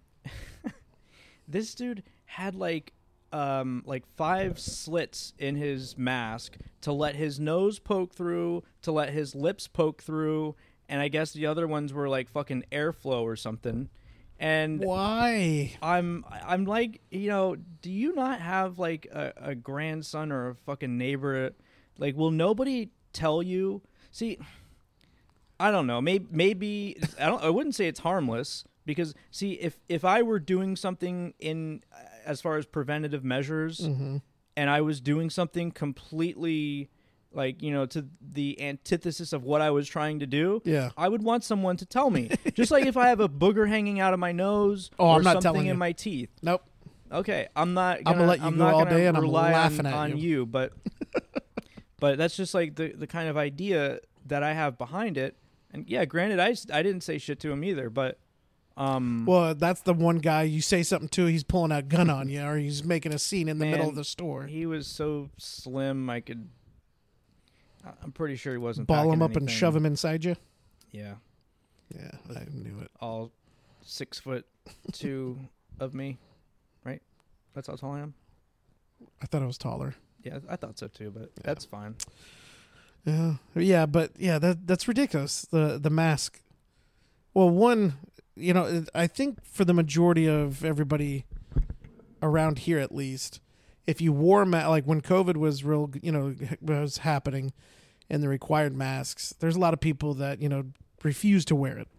S2: [laughs] this dude had like um like five slits in his mask to let his nose poke through to let his lips poke through and i guess the other ones were like fucking airflow or something and
S1: Why?
S2: I'm I'm like you know, do you not have like a, a grandson or a fucking neighbor? Like, will nobody tell you? See, I don't know. Maybe maybe I don't. I wouldn't say it's harmless because see, if if I were doing something in uh, as far as preventative measures, and I was doing something completely like you know to the antithesis of what I was trying to do,
S1: Yeah.
S2: I would want someone to tell me. Just like if I have a booger hanging out of my nose
S1: [laughs] Oh,
S2: or
S1: I'm not
S2: something
S1: telling
S2: in
S1: you.
S2: my teeth.
S1: Nope.
S2: Okay, I'm not.
S1: I'ma
S2: Gonna,
S1: let you
S2: I'm
S1: go
S2: not
S1: all
S2: gonna
S1: day and I'm
S2: rely
S1: laughing
S2: on,
S1: at
S2: on
S1: you. [laughs]
S2: you. But but that's just like the the kind of idea that I have behind it. And yeah, granted, I s- I didn't say shit to him either, but um,
S1: Well, that's the one guy you say something to, he's pulling a gun on you, or he's making a scene in the middle
S2: Man,
S1: of the store.
S2: he was so slim, I could. I- I'm pretty sure he wasn't.
S1: Ball him
S2: packing
S1: up and
S2: anything.
S1: shove him inside you.
S2: Yeah,
S1: Yeah, I knew it.
S2: all six foot two of me, right? That's how tall I am.
S1: I thought I was taller.
S2: Yeah, I thought so too, but that's fine.
S1: Yeah, yeah, but yeah, that that's ridiculous. The the mask. Well, one, you know, it- I think for the majority of everybody around here, at least, if you wore a ma- like when COVID was real, you know, was happening, and the required masks, there's a lot of people that you know refuse to wear it,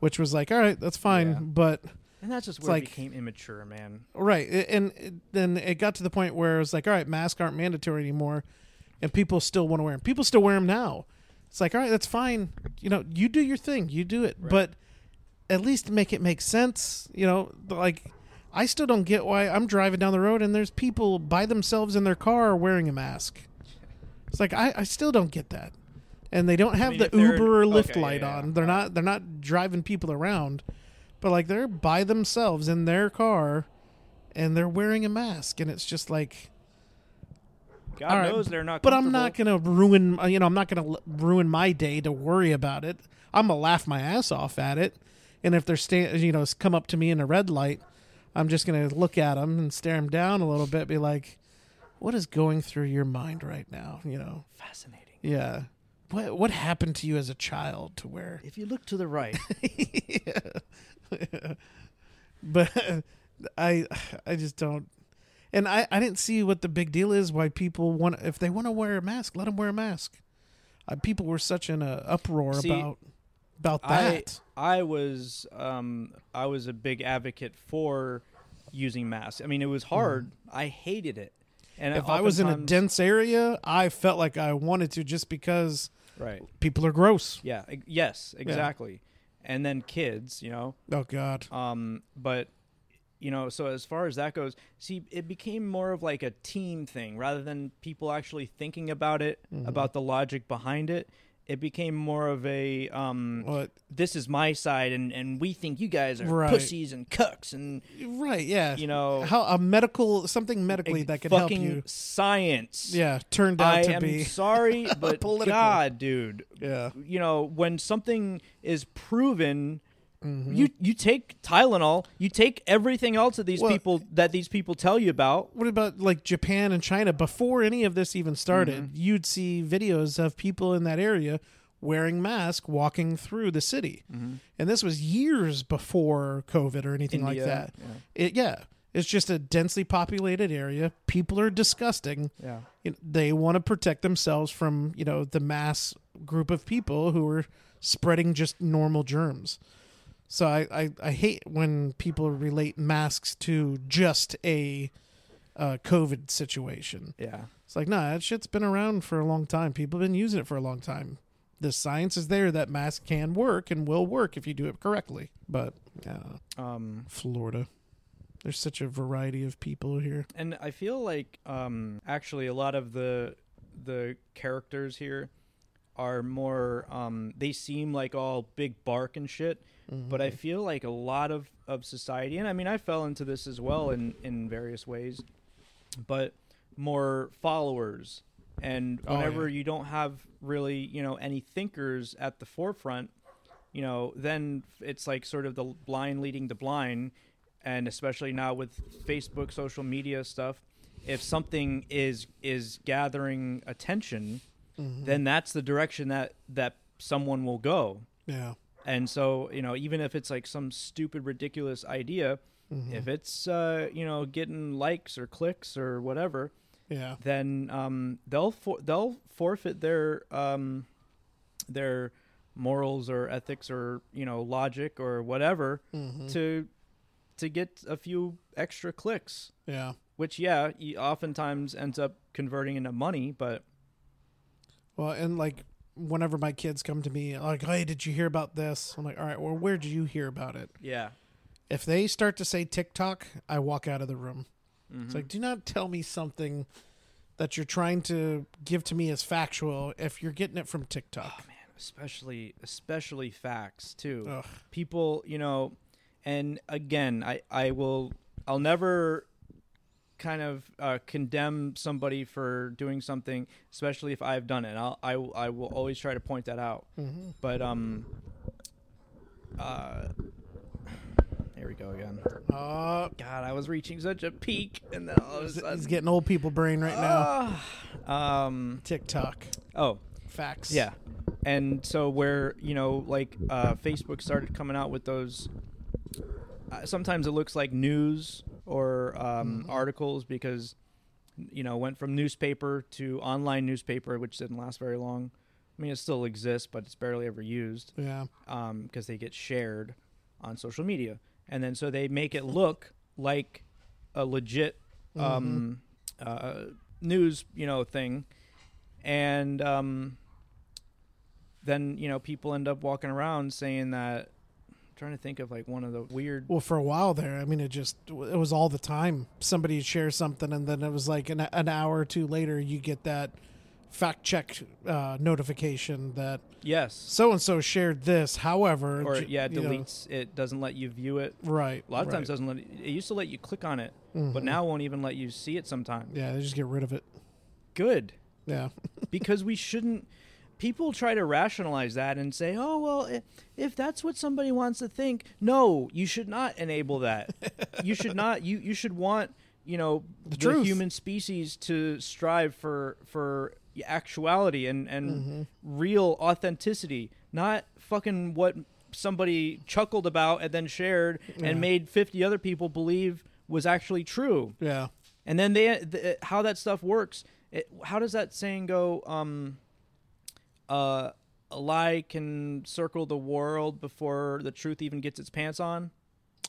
S1: which was like, all right, that's fine,
S2: Yeah.
S1: but
S2: And that's just
S1: It's
S2: where
S1: like-
S2: it became immature, man.
S1: Right. a- And it- then it got to the point where it was like, all right, masks aren't mandatory anymore. And people still want to wear them. People still wear them now. It's like, all right, that's fine. You know, you do your thing, you do it. But at least make it make sense. You know, the- like, I still don't get why I'm driving down the road and there's people by themselves in their car wearing a mask. It's like, I, I still don't get that. And they don't have
S2: mean,
S1: the
S2: if they're-
S1: Uber or Lyft
S2: okay, yeah,
S1: light
S2: yeah.
S1: on. They're not they're not driving people around, but like they're by themselves in their car and they're wearing a mask and it's just like
S2: God
S1: all right,
S2: knows they're not.
S1: but i'm not
S2: comfortable.
S1: gonna ruin uh, you know i'm not gonna l- ruin my day to worry about it i'm gonna laugh my ass off at it and if they're stand you know s- come up to me in a red light i'm just gonna look at them and stare them down a little bit be like what is going through your mind right now you know
S2: Fascinating.
S1: yeah what what happened to you as a child to where
S2: If you look to the right,
S1: but [laughs] I I just don't. And I, I didn't see what the big deal is. Why people want if they want to wear a mask, let them wear a mask. Uh, people were such in a uproar
S2: See,
S1: about about
S2: [laughs] I
S1: that.
S2: I was um I was a big advocate for using masks. I mean, it was hard. I hated it. And
S1: Mm-hmm. if I was in a
S2: oftentimes-
S1: dense area, I felt like I wanted to just because
S2: right?
S1: people are gross.
S2: Yeah. e- Yes. Exactly. And then kids, you know.
S1: Oh God,
S2: Um, but you know, so as far as that goes, see, it became more of like a team thing rather than people actually thinking about it,
S1: Mm-hmm.
S2: about the logic behind it. It became more of a um,
S1: what?
S2: this is my side, and and we think you guys are
S1: Right.
S2: pussies and cucks, and
S1: Right? Yeah.
S2: You know-
S1: how a medical something medically that could help
S2: fucking
S1: you.
S2: science.
S1: Yeah, turned out
S2: I
S1: to
S2: am
S1: be [laughs]
S2: sorry, but
S1: Political.
S2: God, dude,
S1: yeah.
S2: you know when something is proven
S1: Mm-hmm.
S2: you you take tylenol you take everything else that these
S1: Well-
S2: people that these people tell you about
S1: what about like Japan and China? Before any of this even started,
S2: Mm-hmm.
S1: you'd see videos of people in that area wearing masks walking through the city.
S2: Mm-hmm.
S1: And this was years before COVID or anything like
S2: India,
S1: that. It, yeah. It's just a densely populated area. People are disgusting.
S2: Yeah.
S1: You know, They want to protect themselves from, you know, the mass group of people who are spreading just normal germs. So I, I, I hate when people relate masks to just a uh, COVID situation.
S2: yeah
S1: It's like, nah, that shit's been around for a long time. People have been using it for a long time. The science is there that masks can work and will work if you do it correctly. But uh,
S2: um
S1: Florida, there's such a variety of people here.
S2: and i feel like um actually a lot of the the characters here are more um they seem like all big bark and shit
S1: Mm-hmm.
S2: but i feel like a lot of of society and i mean i fell into this as well in in various ways but more followers. And
S1: Oh, yeah.
S2: whenever you don't have really, you know, any thinkers at the forefront, you know, then it's like sort of the blind leading the blind. And especially now with Facebook, social media stuff, if something is is gathering attention, then that's the direction that that someone will go
S1: Yeah.
S2: And so, you know, even if it's like some stupid, ridiculous idea, if it's, uh, you know, getting likes or clicks or whatever,
S1: Yeah.
S2: then um, they'll for- they'll forfeit their um, their morals or ethics or you know logic or whatever to to get a few extra clicks,
S1: Yeah.
S2: which yeah, y- oftentimes ends up converting into money. But
S1: Well, and like whenever my kids come to me, like, hey, did you hear about this? I'm like, all right, well, where did you hear about it?
S2: yeah,
S1: If they start to say TikTok, I walk out of the room.
S2: Mm-hmm.
S1: It's like, do not tell me something that you're trying to give to me as factual if you're getting it from TikTok.
S2: Oh, man, especially especially facts too.
S1: Ugh.
S2: People, you know, and again, I I will I'll never kind of uh, condemn somebody for doing something, especially if I've done it. I'll, I will- I will always try to point that out.
S1: Mm-hmm.
S2: But um, uh, here we go again.
S1: Uh,
S2: God, I was reaching such a peak, and then all of a
S1: he's
S2: sudden,
S1: getting old people brain right now.
S2: um,
S1: TikTok
S2: oh.
S1: facts.
S2: Yeah. And so where, you know, like uh, Facebook started coming out with those uh, sometimes it looks like news or um, articles because you know, went from newspaper to online newspaper which didn't last very long. I mean, it still exists, but it's barely ever used
S1: Yeah.
S2: because um, they get shared on social media, and then so they make it look like a legit um, uh, news, you know, thing, and um, then you know people end up walking around saying that. I'm trying to think of like one of the weird.
S1: Well, for a while there, I mean, it just it was all the time. Somebody would share something, and then it was like an, an hour or two later, you get that fact check uh, notification that
S2: Yes,
S1: so and so shared this. However,
S2: or
S1: j-
S2: yeah, it
S1: you know,
S2: deletes. It doesn't let you view it.
S1: right.
S2: A lot of
S1: right.
S2: times doesn't let. It used to let you click on it, but now won't even let you see it sometimes.
S1: yeah, they just get rid of it.
S2: Good.
S1: Yeah, [laughs]
S2: because we shouldn't people try to rationalize that and say oh well i- if that's what somebody wants to think no you should not enable that you should not you you should want you know the,
S1: truth.
S2: human species to strive for for actuality and and real authenticity not fucking what somebody chuckled about and then shared and made 50 other people believe was actually true
S1: yeah.
S2: and then they the, how that stuff works. It, how does that saying go? Um, uh, a lie can circle the world before the truth even gets its pants on.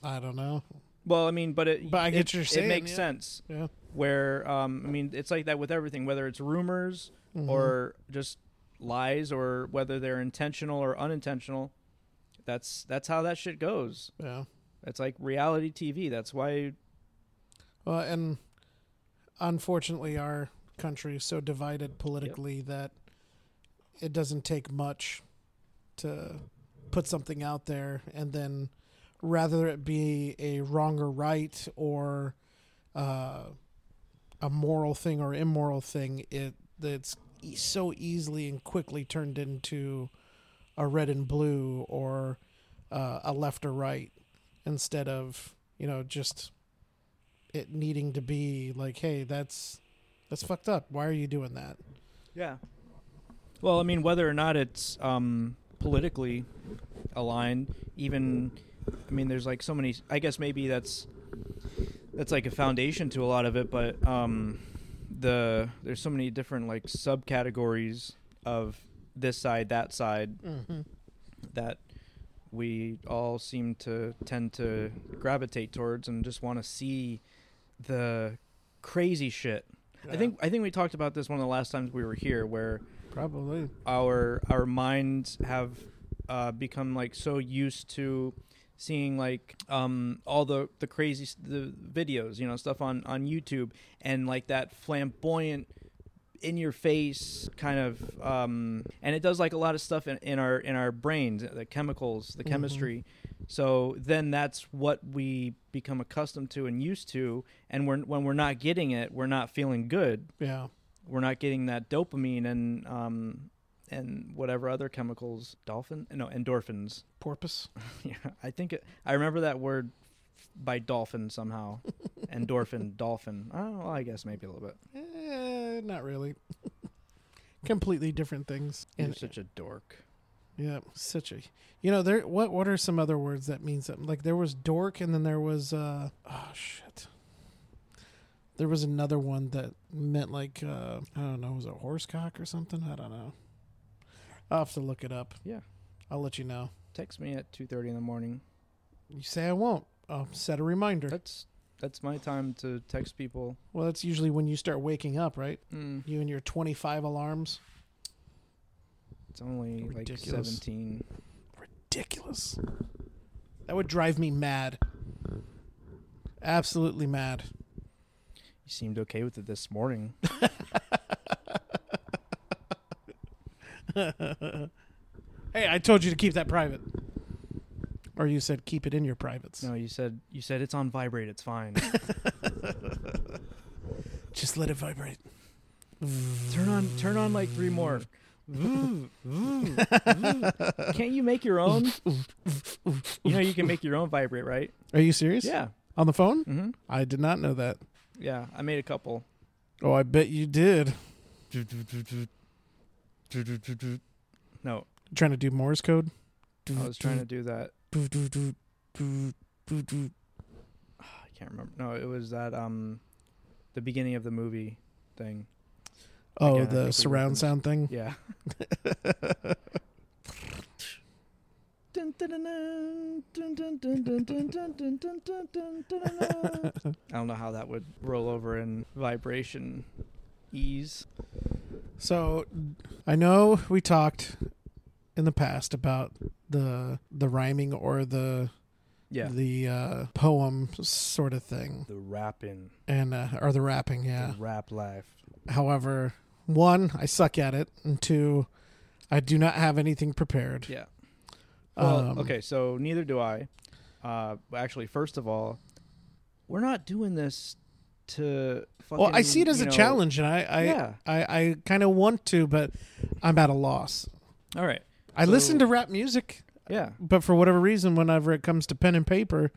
S1: I don't know.
S2: Well, I mean, but it
S1: But I get
S2: it,
S1: what you're
S2: it
S1: saying,
S2: makes
S1: yeah.
S2: sense.
S1: Yeah,
S2: Where um, I mean, it's like that with everything, whether it's rumors
S1: Mm-hmm.
S2: or just lies, or whether they're intentional or unintentional. That's that's how that shit goes.
S1: yeah.
S2: It's like reality TV. That's why
S1: Well, and unfortunately, our country is so divided politically that it doesn't take much to put something out there, and then rather it be a wrong or right or uh, a moral thing or immoral thing, it that's e- so easily and quickly turned into a red and blue or uh, a left or right instead of you know just it needing to be like, hey, that's that's fucked up. Why are you doing that?
S2: Yeah. Well, I mean, whether or not it's um, politically aligned, even, I mean, there's like so many. I guess maybe that's that's like a foundation to a lot of it, but um, the there's so many different like subcategories of this side, that side, that we all seem to tend to gravitate towards and just want to see the crazy shit. I think I think we talked about this one of the last times we were here, where
S1: Probably.
S2: our our minds have uh, become like so used to seeing like um, all the the crazy s- the videos, you know, stuff on on YouTube, and like that flamboyant in your face kind of um, and it does like a lot of stuff in, in our in our brains the chemicals the chemistry so then that's what we become accustomed to and used to and we're, when we're not getting it we're not feeling good
S1: Yeah.
S2: we're not getting that dopamine and um and whatever other chemicals dolphin no endorphins [laughs]
S1: Porpoise.
S2: yeah i think it, i remember that word by dolphin somehow endorphin dolphin oh well, i guess maybe a little bit
S1: Eh, not really. [laughs] Completely different things.
S2: you're
S1: And
S2: such a dork
S1: Yeah, such a you know there. What what are some other words that mean something? Like there was dork, and then there was uh oh shit. There was another one that meant like uh I don't know, was it horsecock or something? I don't know. I'll have to look it up.
S2: Yeah.
S1: I'll let you know.
S2: Text me at two thirty in the morning.
S1: You say I won't. I'll set a reminder.
S2: That's that's my time to text people.
S1: Well, that's usually when you start waking up, right?
S2: Mm,
S1: You and your twenty five alarms.
S2: it's only like
S1: Ridiculous.
S2: seventeen.
S1: Ridiculous. That would drive me mad. Absolutely mad. [laughs]
S2: You seemed okay with it this morning.
S1: Hey, I told you to keep that private. Or you said keep it in your privates.
S2: no, you said you said it's on vibrate. It's fine.
S1: Just let it vibrate.
S2: turn on turn on like three more. Vroom, vroom, vroom. Can't you make your own? You know you can make your own vibrate, right?
S1: Are you serious?
S2: Yeah.
S1: On the phone?
S2: Mm-hmm.
S1: I did not know that.
S2: Yeah, I made a couple.
S1: Oh, I bet you did.
S2: No,
S1: Trying to do Morse code?
S2: I was trying to do that.
S1: to.
S2: I can't remember. No, it was that um, the beginning of the movie thing.
S1: Oh,
S2: Again, I think we
S1: the
S2: were
S1: surround
S2: finished.
S1: sound thing?
S2: [laughs] Yeah. I don't know how that would roll over in vibration ease.
S1: So I know we talked in the past about the the rhyming or the
S2: Yeah.
S1: the uh, poem sort of thing
S2: The rapping,
S1: and uh, or the rapping, yeah.
S2: rap life.
S1: However, one, I suck at it, and two, I do not have anything prepared.
S2: Yeah. Well,
S1: Um,
S2: okay, so neither do I. Uh, actually, first of all, we're not doing this to. Fucking,
S1: Well, I see it as
S2: you
S1: a
S2: know-
S1: challenge, and I I
S2: Yeah.
S1: I, I kind of want to, but I'm at a loss.
S2: All right.
S1: I
S2: So-
S1: listen to rap music,
S2: Yeah.
S1: but for whatever reason, whenever it comes to pen and paper,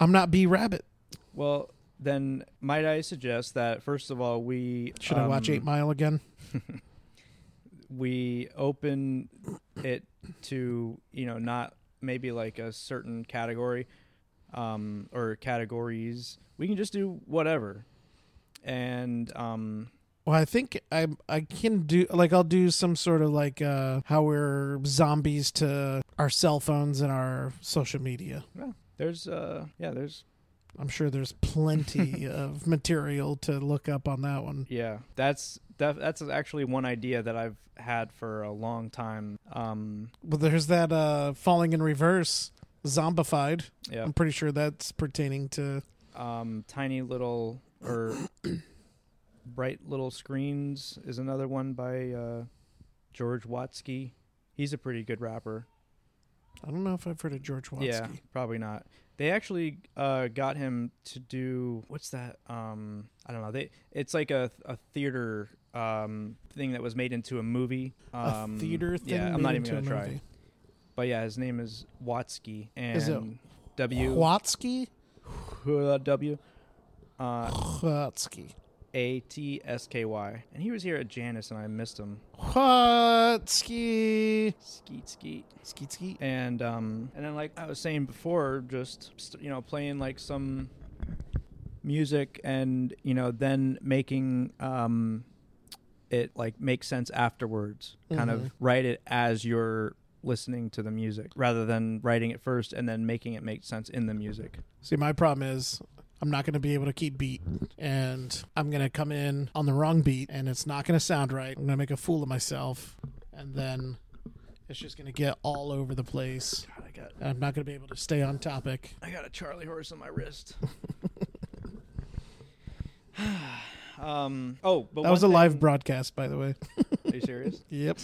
S1: I'm not B Rabbit.
S2: Well, then might I suggest that first of all we
S1: Should I watch
S2: um,
S1: Eight Mile again?
S2: We open it to you know not maybe like a certain category um, or categories. We can just do whatever, and um,
S1: Well, I think I I can do like I'll do some sort of like uh how we're zombies to our cell phones and our social media.
S2: well, there's uh yeah there's
S1: I'm sure there's
S2: [laughs]
S1: plenty of material to look up on that one.
S2: Yeah, that's that, that's actually one idea that I've had for a long time. Um,
S1: Well, there's that uh falling in reverse zombified.
S2: yeah,
S1: I'm pretty sure that's pertaining to
S2: um, tiny little
S1: [coughs]
S2: or bright little screens is another one by uh, George Watsky. He's a pretty good rapper.
S1: I don't know if I've heard of George Watsky.
S2: Yeah, probably not. They actually uh, got him to do what's that? Um, I don't know. They it's like a a theater um, thing that was made into a movie. Um,
S1: a theater thing.
S2: Yeah, I'm
S1: made
S2: not even
S1: into
S2: gonna
S1: a
S2: try.
S1: movie.
S2: But yeah, his name is Watsky and
S1: Is it
S2: W
S1: Watsky?
S2: W uh,
S1: Watsky.
S2: A T S K Y. And he was here at Janice, and I missed him.
S1: Watsky.
S2: Skeet skeet.
S1: Skeet skeet.
S2: And um, and then like I was saying before, just st- you know playing like some music, and you know then making um, it like make sense afterwards. Kind
S1: Mhm.
S2: of write it as you're listening to the music, rather than writing it first and then making it make sense in the music.
S1: See, my problem is I'm not going to be able to keep beat, and I'm going to come in on the wrong beat, and it's not going to sound right. I'm going to make a fool of myself, and then it's just going to get all over the place.
S2: God, I got
S1: And I'm not going to be able to stay on topic.
S2: I got a Charlie horse on
S1: [laughs]
S2: my wrist. [sighs] um. Oh, but
S1: That was a
S2: one
S1: live
S2: thing-
S1: broadcast, by the way.
S2: Are you serious?
S1: [laughs] Yep.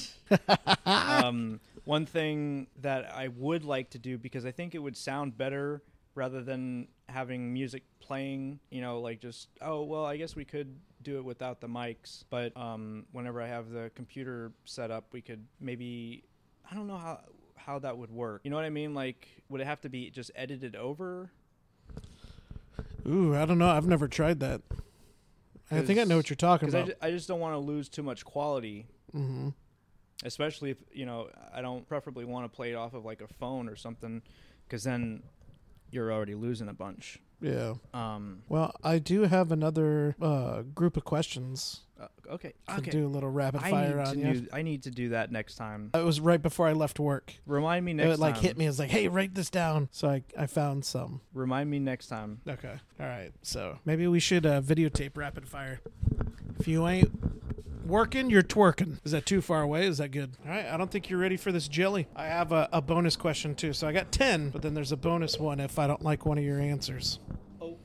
S2: um, one thing that I would like to do because I think it would sound better rather than having music playing. You know, like just oh well, I guess we could do it without the mics. But um, whenever I have the computer set up, we could maybe I don't know how how that would work. You know what I mean? Like, would it have to be just edited over?
S1: Ooh, I don't know. I've never tried that. I think I know what you're talking
S2: Because I,
S1: about.
S2: ju- I just don't want to lose too much quality.
S1: hmm
S2: especially if you know I don't preferably want to play it off of like a phone or something, because then you're already losing a bunch.
S1: Yeah.
S2: Um,
S1: Well, I do have another uh, group of questions
S2: uh, okay,
S1: to
S2: okay.
S1: do a little rapid
S2: I
S1: fire
S2: need to
S1: on you.
S2: do. I need to do that next time.
S1: It was right before I left work.
S2: Remind me next
S1: it like
S2: time.
S1: hit me. It's like, hey, write this down. So I, I found some.
S2: Remind me next time.
S1: Okay. All right. So maybe we should uh, videotape rapid fire. If you ain't working, you're twerking. Is that too far away? Is that good? All right. I don't think you're ready for this jelly. I have a, a bonus question too. So I got 10, but then there's a bonus one if I don't like one of your answers.
S2: Oh.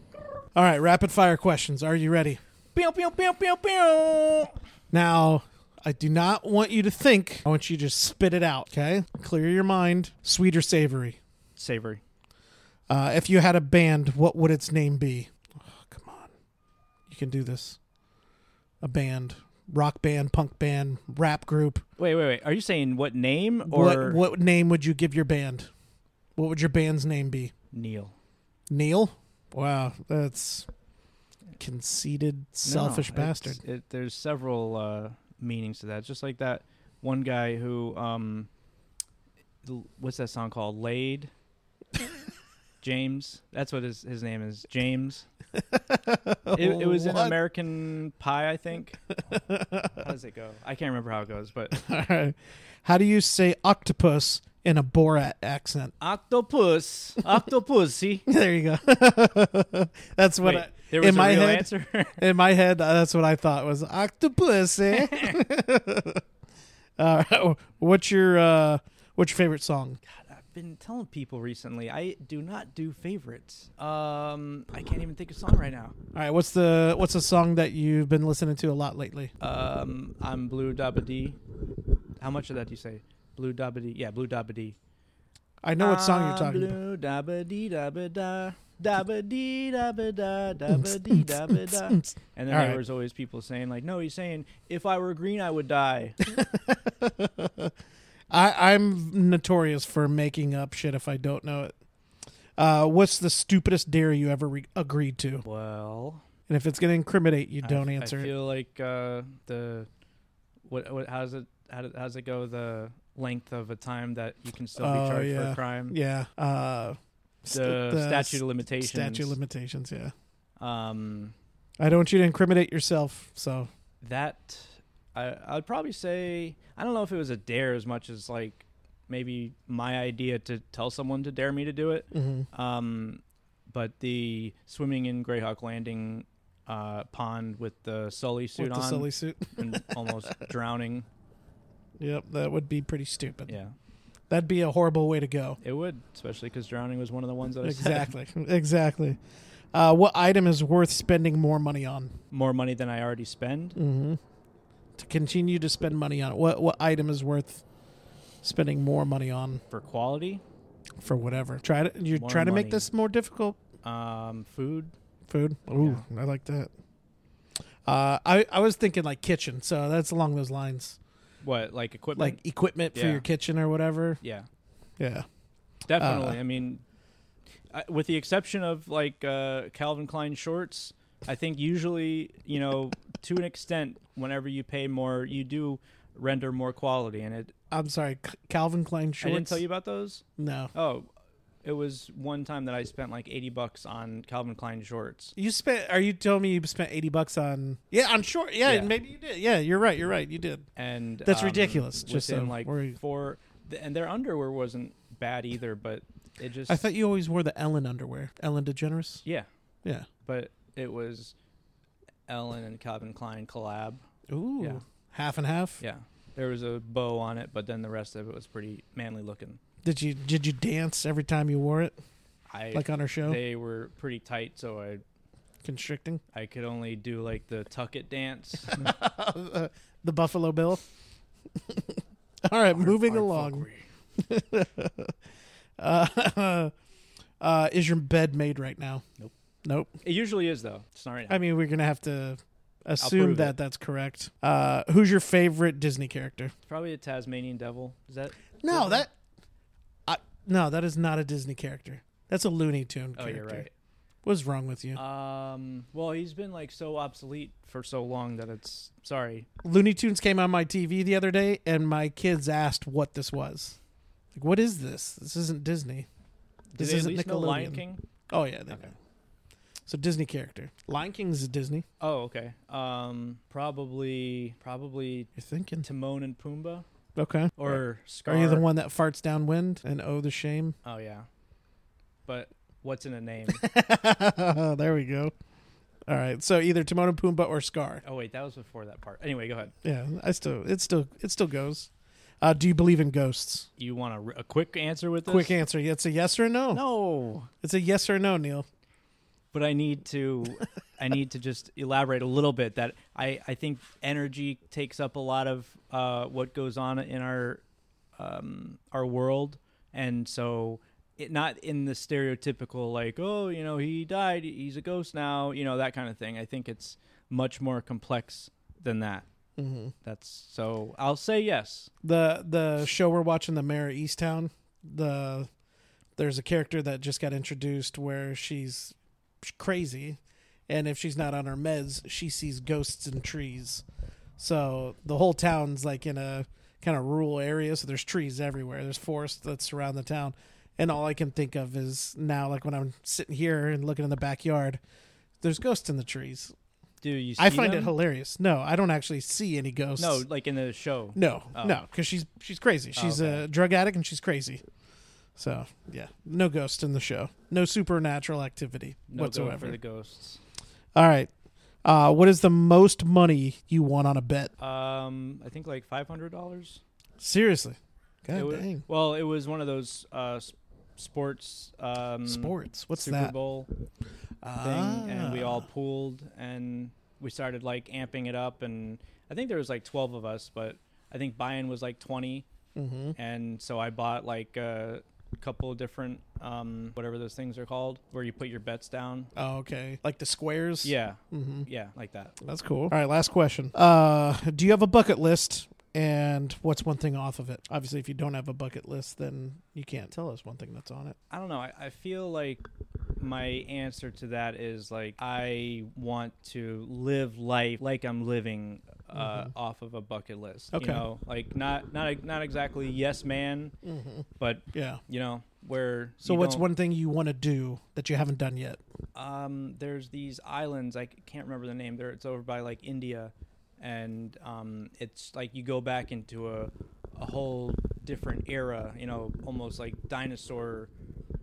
S1: All right. Rapid fire questions. Are you ready?
S2: Pew pew pew pew pew.
S1: Now, I do not want you to think. I want you to just spit it out, okay? Clear your mind. Sweet or savory?
S2: Savory.
S1: Uh, if you had a band, what would its name be? Oh, come on. You can do this. A band. Rock band, punk band, rap group.
S2: Wait wait wait. Are you saying what name or
S1: what what name would you give your band? What would your band's name be?
S2: Neil?
S1: Neil? Wow, that's conceited, selfish
S2: No, it's-
S1: bastard.
S2: It, there's several uh, meanings to that. Just like that one guy who, um, l- what's that song
S1: [laughs]
S2: called? Laid. James. That's what his his name is.
S1: [laughs]
S2: James. It, it was in
S1: What?
S2: American Pie, I think. how does it go? I can't remember how it
S1: [laughs]
S2: goes, but
S1: All right. How do you say octopus in a Borat accent? [laughs]
S2: octopus, octopusy.
S1: There you go. [laughs] that's what
S2: Wait,
S1: I,
S2: there was
S1: in
S2: a
S1: my
S2: real
S1: head. [laughs]
S2: answer.
S1: In my head, uh, that's what I thought was octopus.
S2: [laughs]
S1: Eh? uh, what's your uh, what's your favorite song?
S2: I've been telling people recently I do not do favorites. Um, I can't even think of a song right now.
S1: All right, what's the what's a song that you've been listening to a lot lately?
S2: Um, I'm Blue Dabba D. How much of that do you say? Blue Dabba D. Yeah, Blue Dabba D.
S1: I know what song you're
S2: I'm
S1: talking about.
S2: Ah, Blue Dabba D Dabba Da.
S1: [laughs]
S2: Dabba Dee Dabba Da. Dabba Dee Dabba Da. And then
S1: All
S2: there
S1: right.
S2: was always people saying, like, no, he's saying, if I were green, I
S1: [laughs]
S2: would die.
S1: I, I'm notorious for making up shit if I don't know it. Uh, what's the stupidest dare you ever re- agreed to?
S2: well,
S1: And if it's going to incriminate you,
S2: I-
S1: don't answer it.
S2: I feel like uh, the. What, what, how does it how does, how does it go the length of a time that you can still be
S1: Oh,
S2: charged for
S1: yeah.
S2: a crime
S1: Yeah. Uh,
S2: the, statute of limitations
S1: statute of limitations. Yeah.
S2: um
S1: I don't want you to incriminate yourself. So
S2: that I I'd probably say I don't know if it was a dare as much as like maybe my idea to tell someone to dare me to do it. Um, but the swimming in Greyhawk Landing uh, pond with the Sully suit
S1: with the
S2: on
S1: silly suit. [laughs]
S2: and almost drowning.
S1: Yep, that would be pretty stupid.
S2: Yeah,
S1: That'd be a horrible way to go.
S2: it would, especially because drowning was one of the ones that I said
S1: Exactly. [laughs] exactly. Uh, what item is worth spending more money on?
S2: more money than I already spend.
S1: To continue to spend money on it. What what item is worth spending more money on
S2: For quality,
S1: for whatever? Try to you're
S2: More
S1: trying to make
S2: money.
S1: this more difficult.
S2: um, food,
S1: Food. Ooh, I like that. Uh, I I was thinking like kitchen, so that's along those lines,
S2: what like equipment,
S1: like equipment for
S2: Yeah.
S1: your kitchen or whatever.
S2: yeah.
S1: Yeah. Uh.
S2: Definitely. I mean, I, with the exception of like uh, Calvin Klein shorts, I think usually, you know, to an extent, whenever you pay more, you do render more quality. And it,
S1: I'm sorry, C- Calvin Klein
S2: I
S1: shorts.
S2: didn't tell you about those.
S1: No,
S2: Oh, it was one time that I spent like 80 bucks on Calvin Klein shorts.
S1: you spent. Are you telling me you spent eighty bucks on? Yeah, I'm sure. Yeah,
S2: Yeah.
S1: maybe you did. Yeah, you're right. You're right. You did.
S2: And
S1: That's
S2: um,
S1: ridiculous, just
S2: within
S1: so
S2: like
S1: we're-
S2: four, th- and their underwear wasn't bad either, but it just,
S1: I thought you always wore the Ellen underwear. Ellen DeGeneres.
S2: yeah,
S1: Yeah.
S2: but it was Ellen and Calvin Klein collab.
S1: Ooh.
S2: Yeah.
S1: Half and half.
S2: Yeah. There was a bow on it, but then the rest of it was pretty manly looking.
S1: Did you did you dance every time you wore it,
S2: I
S1: like on her show?
S2: they were pretty tight, so I
S1: Constricting [laughs]
S2: I could only do like the tuck it dance.
S1: the Buffalo Bill. [laughs] All right, [laughs] moving along. Uh, [laughs] uh, is your bed made right now?
S2: Nope.
S1: Nope.
S2: It usually is though. It's not right now.
S1: I mean, we're gonna have to assume
S2: prove
S1: that
S2: it.
S1: that's correct. Uh, who's your favorite Disney character?
S2: Probably a Tasmanian devil. Is that
S1: No, that. I, no, that is not a Disney character. That's a Looney Tune
S2: Oh,
S1: character.
S2: you're right.
S1: What's wrong with you?
S2: Um, well, he's been like so obsolete for so long that it's sorry.
S1: Looney Tunes came on my TV the other day, and my kids asked what this was. Like, what is this? This isn't Disney.
S2: Did
S1: This
S2: they at
S1: isn't
S2: least know Lion
S1: Nickelodeon.
S2: King?
S1: Oh yeah, they know. So Disney character. Lion King's a Disney.
S2: Oh, okay. Um, probably, probably
S1: You're thinking.
S2: Timon and Pumbaa
S1: Okay.
S2: or Scar.
S1: Are you the one that farts downwind and oh the shame?
S2: Oh yeah. But what's in a name?
S1: [laughs] there we go. All right. So either Timon and Pumbaa or Scar.
S2: oh wait, that was before that part. Anyway, go ahead.
S1: Yeah, I still it still it still goes. Uh, do you believe in ghosts?
S2: You want a, r- a quick answer with this?
S1: Quick answer. It's a yes or a no.
S2: No,
S1: It's a yes or no, Neil.
S2: but I need
S1: [laughs]
S2: to. I need to just elaborate a little bit that I, I think energy takes up a lot of uh, what goes on in our um, our world, and so it not in the stereotypical like oh you know he died he's a ghost now you know that kind of thing. I think it's much more complex than that.
S1: Mm-hmm.
S2: That's so I'll say yes.
S1: The the show we're watching, the Mayor of Easttown. The there's a character that just got introduced where she's crazy, and if she's not on her meds, she sees ghosts in trees. So the whole town's like in a kind of rural area, so there's trees everywhere. There's forests that surround the town. And all I can think of is now like when I'm sitting here and looking in the backyard, there's ghosts in the trees.
S2: Do you? See
S1: I find it
S2: them?
S1: hilarious. No, I don't actually see any ghosts.
S2: No, like in the show.
S1: No, no,
S2: Oh.
S1: 'cause no, because she's she's crazy. She's a
S2: okay.
S1: drug addict and she's crazy. So yeah, no ghost in the show. No supernatural activity
S2: No go
S1: whatsoever.
S2: for the ghosts.
S1: All right, uh, what is the most money you want on a bet?
S2: Um, I think like five hundred dollars.
S1: Seriously, god
S2: It wa-
S1: dang,
S2: Well, it was one of those uh, s- sports um,
S1: sports. What's
S2: Super
S1: that? Ah.
S2: Bowl thing, and we all pooled and we started like amping it up, and I think there was like twelve of us, but I think buy-in was like twenty,
S1: Mm-hmm.
S2: and so I bought like a couple of different um, whatever those things are called, where you put your bets down.
S1: Oh, okay, like the squares.
S2: Yeah,
S1: mm-hmm.
S2: yeah, like that.
S1: that's cool. All right, last question. Uh, do you have a bucket list? And what's one thing off of it? Obviously, if you don't have a bucket list, then you can't tell us one thing that's on it.
S2: I don't know. I, I feel like my answer to that is like I want to live life like I'm living uh, off of a bucket list.
S1: Mm-hmm. Okay.
S2: You know, like not not not exactly yes man,
S1: Mm-hmm.
S2: but
S1: Yeah.
S2: you know where.
S1: So
S2: you
S1: what's
S2: don't-
S1: one thing you want to do that you haven't done yet?
S2: Um, there's these islands. I c- can't remember the name. There, it's over by like India, and um, it's like you go back into a a whole different era. You know, almost like dinosaur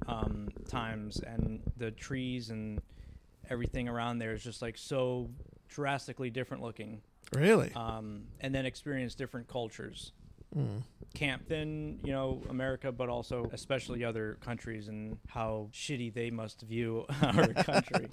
S2: um, times, and the trees and everything around there is just like so drastically different looking.
S1: Really?
S2: Um, and then experience different cultures. Camp in you know America, but also especially other countries and how shitty they must view [laughs] our country.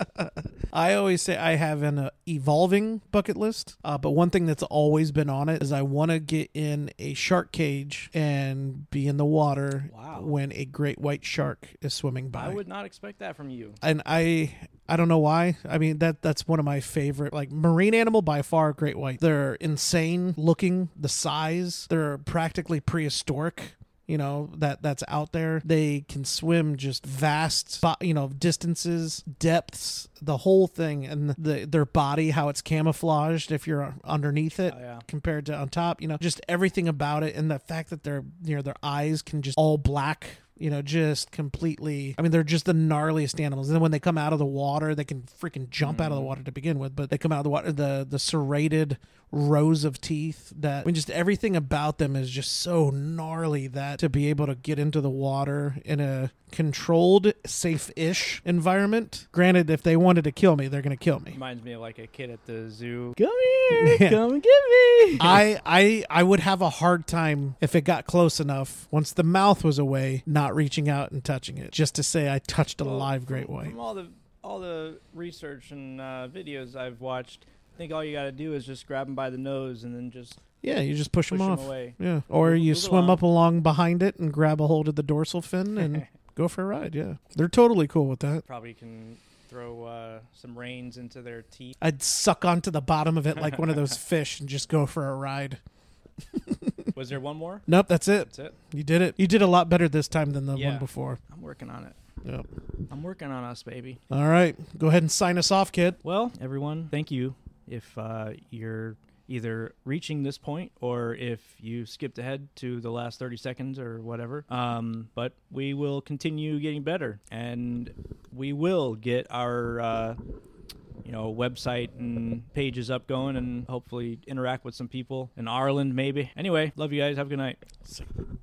S1: I always say I have an uh, evolving bucket list, uh, but one thing that's always been on it is I want to get in a shark cage and be in the water
S2: Wow.
S1: when a great white shark is swimming by.
S2: I would not expect that from you.
S1: and I I don't know why. I mean that that's one of my favorite like marine animal by far great white. They're insane looking, the size. They're practically prehistoric. You know that that's out there. They can swim just vast, bo- you know, distances, depths, the whole thing, and the their body, how it's camouflaged if you're underneath it
S2: Oh, yeah.
S1: compared to on top. You know, just everything about it, and the fact that their you know their eyes can just all black. You know, just completely. I mean, they're just the gnarliest animals. And then when they come out of the water, they can freaking jump out of the water to begin with. But they come out of the water, the the serrated rows of teeth. That I mean, just everything about them is just so gnarly that to be able to get into the water in a controlled, safe-ish environment. Granted, if they wanted to kill me, they're gonna kill me.
S2: Reminds me of like a kid at the zoo.
S1: Come here,
S2: Come and get me.
S1: I, I I would have a hard time if it got close enough once the mouth was away, not reaching out and touching it, just to say I touched a live great white.
S2: From all the all the research and uh, videos I've watched, I think all you got to do is just grab them by the nose and then just
S1: Yeah, you just push,
S2: push
S1: them
S2: them
S1: off.
S2: away.
S1: Yeah, or
S2: Move-
S1: you
S2: move
S1: swim
S2: along.
S1: up along behind it and grab a hold of the dorsal fin
S2: [laughs]
S1: and go for a ride. Yeah, they're totally cool with that.
S2: Probably can throw uh, some reins into their teeth.
S1: I'd suck onto the bottom of it like one of
S2: [laughs]
S1: those fish and just go for a ride.
S2: Was there one more?
S1: Nope, that's it.
S2: That's it.
S1: You did it. You did a lot better this time than the
S2: Yeah.
S1: one before.
S2: I'm working on it.
S1: Yep.
S2: I'm working on us, baby.
S1: All right. Go ahead and sign us off, kid.
S2: Well, everyone, thank you. If uh, you're either reaching this point or if you skipped ahead to the last 30 seconds or whatever, um, but we will continue getting better and we will get our. Uh, you know, website and pages up going and hopefully interact with some people in Ireland, maybe. Anyway, love you guys. Have a good night.